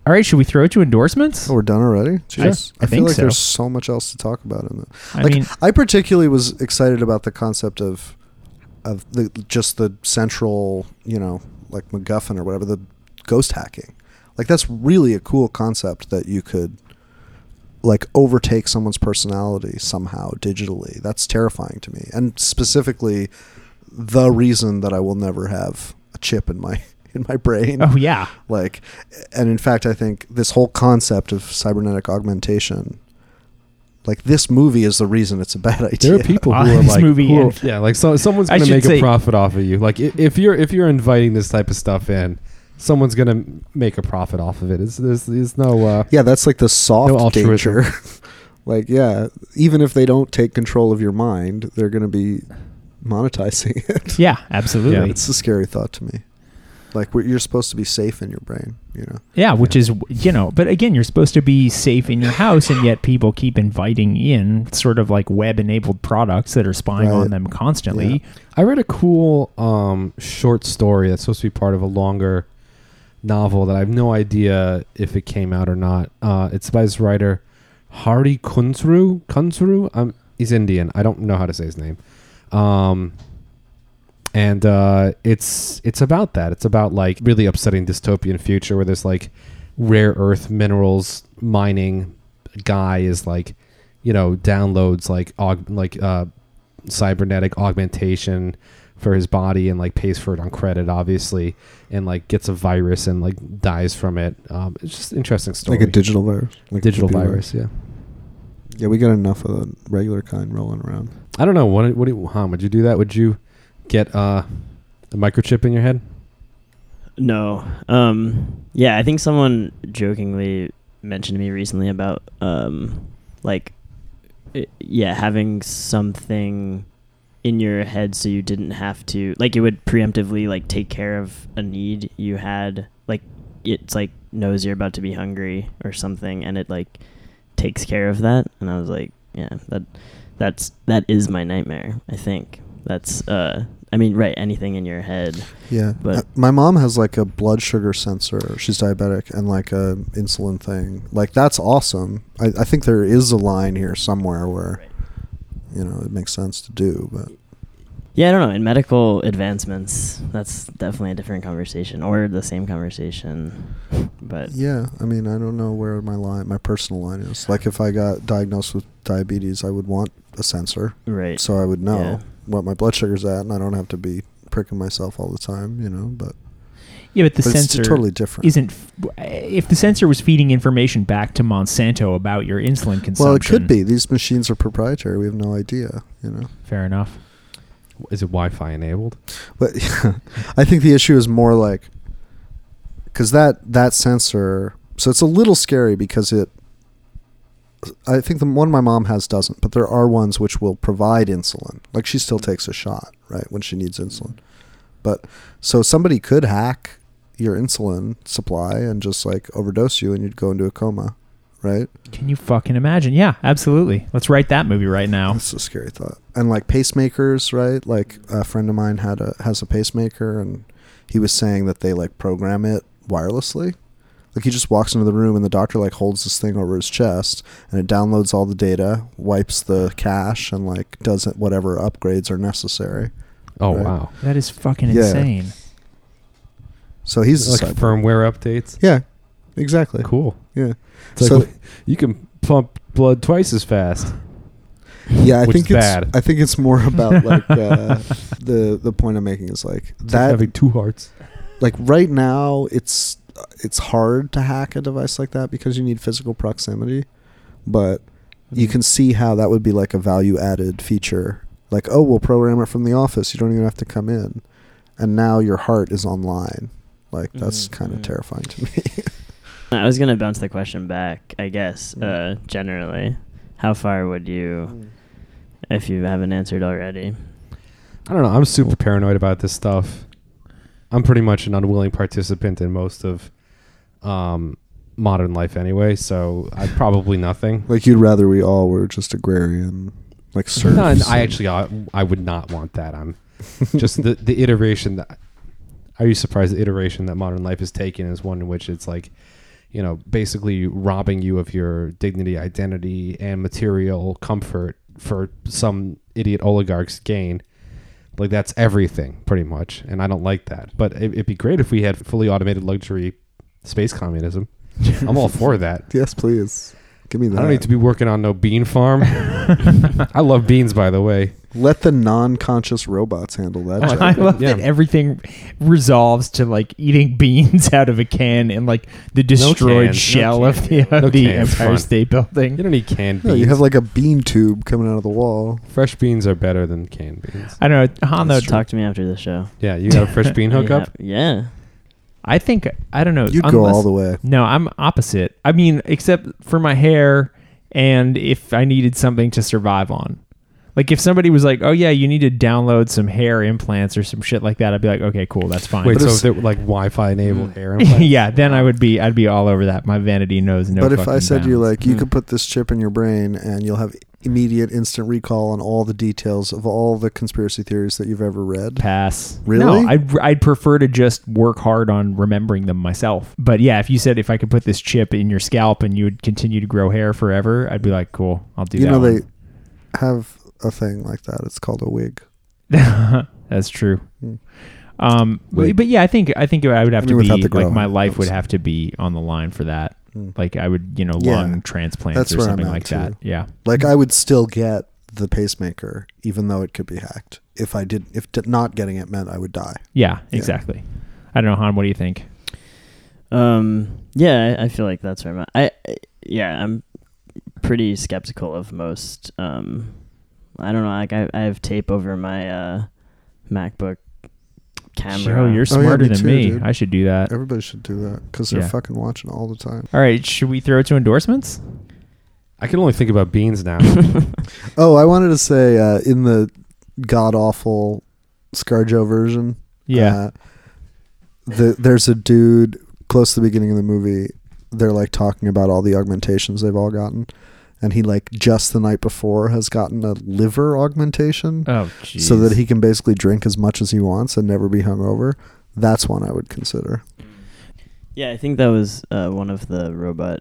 [SPEAKER 6] All right, should we throw it to endorsements?
[SPEAKER 5] Oh, we're done already. Jeez.
[SPEAKER 6] I
[SPEAKER 5] feel
[SPEAKER 6] think
[SPEAKER 5] like
[SPEAKER 6] so.
[SPEAKER 5] there's so much else to talk about in that.
[SPEAKER 6] I
[SPEAKER 5] Like I,
[SPEAKER 6] mean-
[SPEAKER 5] particularly was excited about the concept of of the just the central, you know, like MacGuffin or whatever the ghost hacking. Like that's really a cool concept that you could like overtake someone's personality somehow digitally. That's terrifying to me, and specifically the reason that I will never have a chip in my in my brain
[SPEAKER 6] oh yeah,
[SPEAKER 5] like and in fact i think this whole concept of cybernetic augmentation like this movie is the reason it's a bad idea
[SPEAKER 7] There are people who
[SPEAKER 6] Uh,
[SPEAKER 7] are
[SPEAKER 6] this
[SPEAKER 7] like,
[SPEAKER 6] movie
[SPEAKER 7] who-
[SPEAKER 6] and-
[SPEAKER 7] yeah, like so, someone's
[SPEAKER 6] I
[SPEAKER 7] gonna
[SPEAKER 6] should
[SPEAKER 7] make
[SPEAKER 6] say-
[SPEAKER 7] a profit off of you. Like i- if you're if you're inviting this type of stuff in, someone's gonna make a profit off of it. It's there's, there's no uh,
[SPEAKER 5] yeah that's like the soft
[SPEAKER 7] No altruism.
[SPEAKER 5] danger like yeah even if they don't take control of your mind they're going to be monetizing it
[SPEAKER 6] yeah, absolutely. Yeah,
[SPEAKER 5] it's a scary thought to me like we're- you're supposed to be safe in your brain you know
[SPEAKER 6] which is you know, but again, you're supposed to be safe in your house, and yet people keep inviting in sort of like web-enabled products that are spying
[SPEAKER 5] Right.
[SPEAKER 6] on them constantly.
[SPEAKER 5] Yeah.
[SPEAKER 7] I read a cool um, short story that's supposed to be part of a longer novel that I have no idea if it came out or not. Uh, it's by this writer Hari Kunsru. Kunsru, um, he's Indian. I don't know how to say his name. Um, and uh, it's it's about that. It's about like really upsetting dystopian future where there's like rare earth minerals mining guy is like you know downloads like aug- like uh, cybernetic augmentation for his body and like pays for it on credit obviously and like gets a virus and like dies from it um, it's just an interesting story
[SPEAKER 5] like a digital virus like a
[SPEAKER 7] digital
[SPEAKER 5] computer
[SPEAKER 7] virus yeah
[SPEAKER 5] yeah we got enough of the regular kind rolling around
[SPEAKER 7] i don't know what, what do you, Han, would you do that would you get uh, a microchip in your head
[SPEAKER 8] No. Um yeah, I think someone jokingly mentioned to me recently about um like i- yeah, having something in your head so you didn't have to like it would preemptively like take care of a need you had like it's like knows you're about to be hungry or something and it like takes care of that and I was like, yeah, that that's that is my nightmare, I think. That's uh I mean, right, anything in your head.
[SPEAKER 5] Yeah.
[SPEAKER 8] But-
[SPEAKER 5] Uh, my mom has like a blood sugar sensor. She's diabetic and like a insulin thing. Like that's awesome. I, I think there is a line here somewhere where you know it makes sense to do, but
[SPEAKER 8] Yeah, I don't know. In medical advancements, that's definitely a different conversation or the same conversation. But
[SPEAKER 5] yeah, I mean I don't know where my line my personal line is. Like if I got diagnosed with diabetes, I would want a sensor
[SPEAKER 8] right.
[SPEAKER 5] so I would know
[SPEAKER 8] Yeah.
[SPEAKER 5] what my blood sugar's at and I don't have to be pricking myself all the time, you know, but
[SPEAKER 6] Yeah, but the
[SPEAKER 5] But it's
[SPEAKER 6] sensor
[SPEAKER 5] totally different.
[SPEAKER 6] Isn't f- if the sensor was feeding information back to Monsanto about your insulin consumption?
[SPEAKER 5] Well, it could be. These machines are proprietary. We have no idea, you know.
[SPEAKER 6] Fair enough.
[SPEAKER 7] Is it Wi-Fi enabled?
[SPEAKER 5] But I think the issue is more like because that that sensor. So it's a little scary because it. I think the one my mom has doesn't, but there are ones which will provide insulin. Like she still takes a shot, right, when she needs insulin. But so somebody could hack your insulin supply and just like overdose you, and you'd go into a coma, right?
[SPEAKER 6] Can you fucking imagine? Yeah, absolutely. Let's write that movie right now.
[SPEAKER 5] That's a scary thought. And like pacemakers, right? Like a friend of mine had a has a pacemaker, and he was saying that they like program it wirelessly. Like he just walks into the room, and the doctor like holds this thing over his chest, and it downloads all the data, wipes the cache, and like does it whatever upgrades are necessary.
[SPEAKER 7] Oh
[SPEAKER 5] Right.
[SPEAKER 7] wow!
[SPEAKER 6] That is fucking
[SPEAKER 5] Yeah.
[SPEAKER 6] insane.
[SPEAKER 5] So he's
[SPEAKER 7] Like
[SPEAKER 5] a cyborg.
[SPEAKER 7] firmware updates.
[SPEAKER 5] yeah, exactly.
[SPEAKER 7] Cool.
[SPEAKER 5] Yeah,
[SPEAKER 7] It's
[SPEAKER 5] So-
[SPEAKER 7] like you can pump blood twice as fast.
[SPEAKER 5] yeah. I
[SPEAKER 7] Which
[SPEAKER 5] think
[SPEAKER 7] is
[SPEAKER 5] it's
[SPEAKER 7] bad.
[SPEAKER 5] I think it's more about like uh, the the point I'm making is like
[SPEAKER 7] It's like
[SPEAKER 5] that
[SPEAKER 7] having two hearts.
[SPEAKER 5] like right now it's it's hard to hack a device like that because you need physical proximity but you
[SPEAKER 7] Hmm.
[SPEAKER 5] can see how that would be like a value added feature like oh we'll program it from the office you don't even have to come in and now your heart is online like that's
[SPEAKER 8] Mhm,
[SPEAKER 7] Hmm,
[SPEAKER 5] kind of
[SPEAKER 8] mhm.
[SPEAKER 5] terrifying to me
[SPEAKER 8] I was gonna bounce the question back. I guess
[SPEAKER 5] Mm.
[SPEAKER 8] uh, generally, how far would you, if you haven't answered already?
[SPEAKER 7] I don't know. I'm super paranoid about this stuff. I'm pretty much an unwilling participant in most of um, modern life anyway, so I'd probably nothing.
[SPEAKER 5] like you'd rather we all were just agrarian like serfs
[SPEAKER 7] No, and I
[SPEAKER 5] and-
[SPEAKER 7] actually I, I would not want that. I'm just the the iteration that are you surprised the iteration that modern life has taken is one in which it's like you know basically robbing you of your dignity, identity, and material comfort for some idiot oligarch's gain. Like that's everything pretty much, and I don't like that. But it, it'd be great if we had fully automated luxury space communism. I'm all for that.
[SPEAKER 5] yes please give me that
[SPEAKER 7] I don't need to be working on no bean farm. I love beans, by the way.
[SPEAKER 5] let the non-conscious robots handle
[SPEAKER 7] Oh,
[SPEAKER 5] that job.
[SPEAKER 6] I love
[SPEAKER 7] Yeah.
[SPEAKER 6] that everything resolves to like eating beans out of a can and like the destroyed
[SPEAKER 7] cans. No
[SPEAKER 6] shell of the, of
[SPEAKER 7] No
[SPEAKER 6] the
[SPEAKER 7] cans.
[SPEAKER 6] Empire
[SPEAKER 7] Fun.
[SPEAKER 6] State Building.
[SPEAKER 7] You don't need canned beans.
[SPEAKER 5] no, you have like a bean tube coming out of the wall
[SPEAKER 7] fresh beans are better than canned beans.
[SPEAKER 6] I don't know. Han, though,
[SPEAKER 8] Just talk to me after the show.
[SPEAKER 7] Yeah, you got a fresh bean hookup.
[SPEAKER 8] Yeah.
[SPEAKER 6] I think I don't know.
[SPEAKER 5] you'd go all the way
[SPEAKER 6] No, I'm opposite. I mean, except for my hair and if I needed something to survive on. Like if somebody was like, "Oh yeah, you need to download some hair implants or some shit like that," I'd be like, "Okay, cool, that's fine."
[SPEAKER 7] Wait,
[SPEAKER 5] But
[SPEAKER 7] so
[SPEAKER 5] it's-
[SPEAKER 7] if they're like Wi-Fi enabled hair? implants?
[SPEAKER 6] yeah, then I would be I'd be all over that. My vanity knows no.
[SPEAKER 5] but if I
[SPEAKER 6] fucking Hmm.
[SPEAKER 5] said you
[SPEAKER 6] bounds.
[SPEAKER 5] like you could put this chip in your brain and you'll have immediate instant recall on all the details of all the conspiracy theories that you've ever read.
[SPEAKER 6] pass,
[SPEAKER 5] Really?
[SPEAKER 6] no, I'd I'd prefer to just work hard on remembering them myself. But yeah, if you said if I could put this chip in your scalp and you would continue to grow hair forever, I'd be like, "Cool, I'll do
[SPEAKER 5] You
[SPEAKER 6] that."
[SPEAKER 5] know
[SPEAKER 6] one."
[SPEAKER 5] they have a thing like that. It's called a wig.
[SPEAKER 6] That's true. Um,
[SPEAKER 5] Like-
[SPEAKER 6] but, but yeah, I think I think I would have
[SPEAKER 5] Hmm. I mean,
[SPEAKER 6] to
[SPEAKER 5] without
[SPEAKER 6] be
[SPEAKER 5] the
[SPEAKER 6] like my
[SPEAKER 5] growing,
[SPEAKER 6] life would
[SPEAKER 5] obviously.
[SPEAKER 6] have to be on the line for that.
[SPEAKER 5] Mm.
[SPEAKER 6] Like I would, you know,
[SPEAKER 5] Yeah.
[SPEAKER 6] lung transplants
[SPEAKER 5] That's
[SPEAKER 6] or
[SPEAKER 5] where I'm
[SPEAKER 6] something
[SPEAKER 5] at,
[SPEAKER 6] like that.
[SPEAKER 5] too.
[SPEAKER 6] Yeah,
[SPEAKER 5] Like I would still get the pacemaker even though it could be hacked. If I did if did not getting it meant I would die.
[SPEAKER 6] yeah,
[SPEAKER 5] Yeah.
[SPEAKER 6] exactly. I don't know, Han. What do you think?
[SPEAKER 8] Um. Yeah, I, I feel like that's where my I. I- Yeah, I'm pretty skeptical of most. Um, I don't know. Like I, I have tape over my uh, MacBook camera.
[SPEAKER 6] Joe,
[SPEAKER 5] Oh,
[SPEAKER 6] you're
[SPEAKER 5] yeah,
[SPEAKER 6] smarter
[SPEAKER 5] me
[SPEAKER 6] than
[SPEAKER 5] too,
[SPEAKER 6] me.
[SPEAKER 5] dude.
[SPEAKER 6] I should do that.
[SPEAKER 5] Everybody should do that cuz they're
[SPEAKER 6] Uh, Yeah.
[SPEAKER 5] fucking watching all the time.
[SPEAKER 6] All right, should we throw it to endorsements?
[SPEAKER 7] I can only think about beans now.
[SPEAKER 5] Oh, I wanted to say uh, in the god awful Scarjo version
[SPEAKER 6] Yeah,
[SPEAKER 5] Uh, the, there's a dude close to the beginning of the movie. They're like talking about all the augmentations they've all gotten, and he like just the night before has gotten a liver augmentation,
[SPEAKER 6] oh, jeez.
[SPEAKER 5] so that he can basically drink as much as he wants and never be hungover. That's one I would consider.
[SPEAKER 8] Yeah, I think that was uh, one of the robot.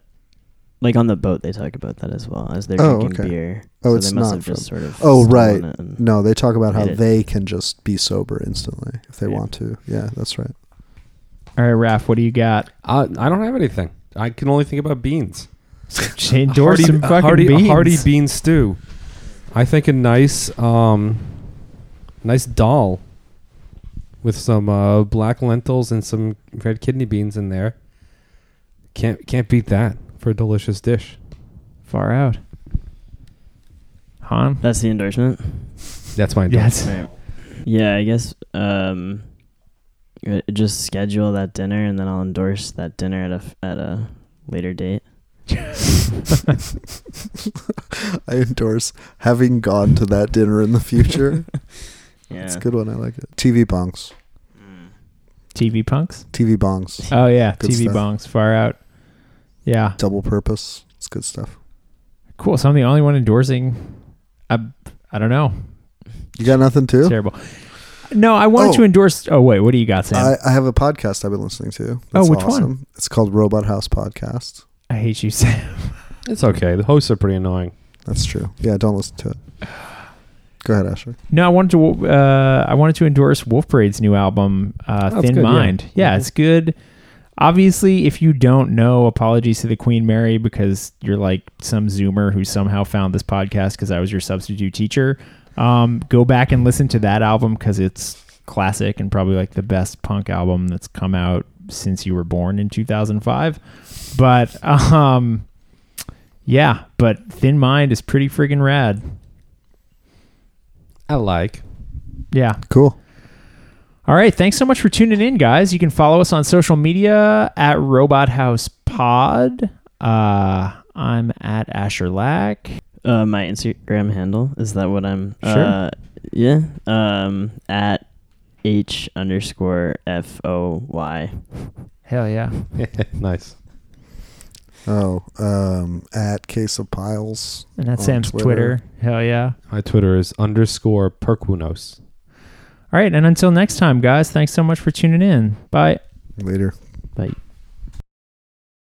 [SPEAKER 8] Like on the boat, they talk about that as well as they're
[SPEAKER 5] Oh,
[SPEAKER 8] drinking
[SPEAKER 5] okay.
[SPEAKER 8] beer.
[SPEAKER 5] Oh,
[SPEAKER 8] so
[SPEAKER 5] it's
[SPEAKER 8] they must
[SPEAKER 5] not
[SPEAKER 8] have just sort of.
[SPEAKER 5] Oh,
[SPEAKER 8] stolen
[SPEAKER 5] right.
[SPEAKER 8] it and-
[SPEAKER 5] No, they talk about how
[SPEAKER 8] Made it.
[SPEAKER 5] they can just be sober instantly if they
[SPEAKER 8] Yeah.
[SPEAKER 5] want to. Yeah, that's right.
[SPEAKER 6] All right, Raph, what do you got?
[SPEAKER 7] I, I don't have anything. I can only think about beans.
[SPEAKER 6] Endorse
[SPEAKER 7] Hearty-
[SPEAKER 6] some
[SPEAKER 7] a
[SPEAKER 6] fucking
[SPEAKER 7] hearty, a
[SPEAKER 6] beans.
[SPEAKER 7] hearty bean stew. I think a nice, um, nice dal with some uh, black lentils and some red kidney beans in there. Can't can't beat that for a delicious dish.
[SPEAKER 6] Far out. Han?
[SPEAKER 8] That's the endorsement.
[SPEAKER 7] That's my
[SPEAKER 6] Yes.
[SPEAKER 8] Yeah, I guess um, uh, just schedule that dinner, and then I'll endorse that dinner at a f- at a later date.
[SPEAKER 5] I endorse having gone to that dinner in the future.
[SPEAKER 8] Yeah,
[SPEAKER 5] It's a good one. I like it. TV bongs.
[SPEAKER 8] Mm.
[SPEAKER 6] TV punks?
[SPEAKER 5] TV bongs.
[SPEAKER 6] Oh, yeah.
[SPEAKER 5] Good
[SPEAKER 6] TV
[SPEAKER 5] stuff.
[SPEAKER 6] bongs. Far out. Yeah.
[SPEAKER 5] Double purpose. It's good stuff.
[SPEAKER 6] Cool. So I'm the only one endorsing. I, I don't know.
[SPEAKER 5] You got nothing too?
[SPEAKER 6] Terrible. No, I wanted
[SPEAKER 5] Oh.
[SPEAKER 6] to endorse. Oh, wait. What do you got, Sam?
[SPEAKER 5] I, I have a podcast I've been listening to.
[SPEAKER 6] Oh,
[SPEAKER 5] That's
[SPEAKER 6] which
[SPEAKER 5] awesome.
[SPEAKER 6] one?
[SPEAKER 5] It's called Robot House Podcast.
[SPEAKER 6] I hate you, Sam.
[SPEAKER 7] It's okay. The hosts are pretty annoying.
[SPEAKER 5] That's true. Yeah, don't listen to it. Go ahead, Asher.
[SPEAKER 6] No, I wanted to. Uh, I wanted to endorse Wolf Parade's new album, uh,
[SPEAKER 7] That's
[SPEAKER 6] Thin
[SPEAKER 7] good, yeah.
[SPEAKER 6] Mind. Yeah,
[SPEAKER 7] Mhm.
[SPEAKER 6] it's good. Obviously, if you don't know, apologies to the Queen Mary because you're like some Zoomer who somehow found this podcast because I was your substitute teacher. Um, go back and listen to that album because it's classic and probably like the best punk album that's come out since you were born in 2005. But um, yeah, but Thin Mind is pretty friggin' rad.
[SPEAKER 7] I like.
[SPEAKER 6] Yeah.
[SPEAKER 5] Cool.
[SPEAKER 6] All right. Thanks so much for tuning in, guys. You can follow us on social media at Robot House Pod. Uh, I'm at Asher Lack.
[SPEAKER 8] Uh, my Instagram handle is that what I'm?
[SPEAKER 6] Sure.
[SPEAKER 8] Uh, yeah. Um, at h underscore f o y.
[SPEAKER 6] Hell yeah.
[SPEAKER 7] nice.
[SPEAKER 5] Oh, um, at Case of Piles.
[SPEAKER 6] And that's
[SPEAKER 5] On
[SPEAKER 6] Sam's Twitter.
[SPEAKER 5] Twitter.
[SPEAKER 6] Hell yeah.
[SPEAKER 7] My Twitter is underscore perkunos.
[SPEAKER 6] All right. And until next time, guys, thanks so much for tuning in. Bye.
[SPEAKER 5] Later.
[SPEAKER 8] Bye.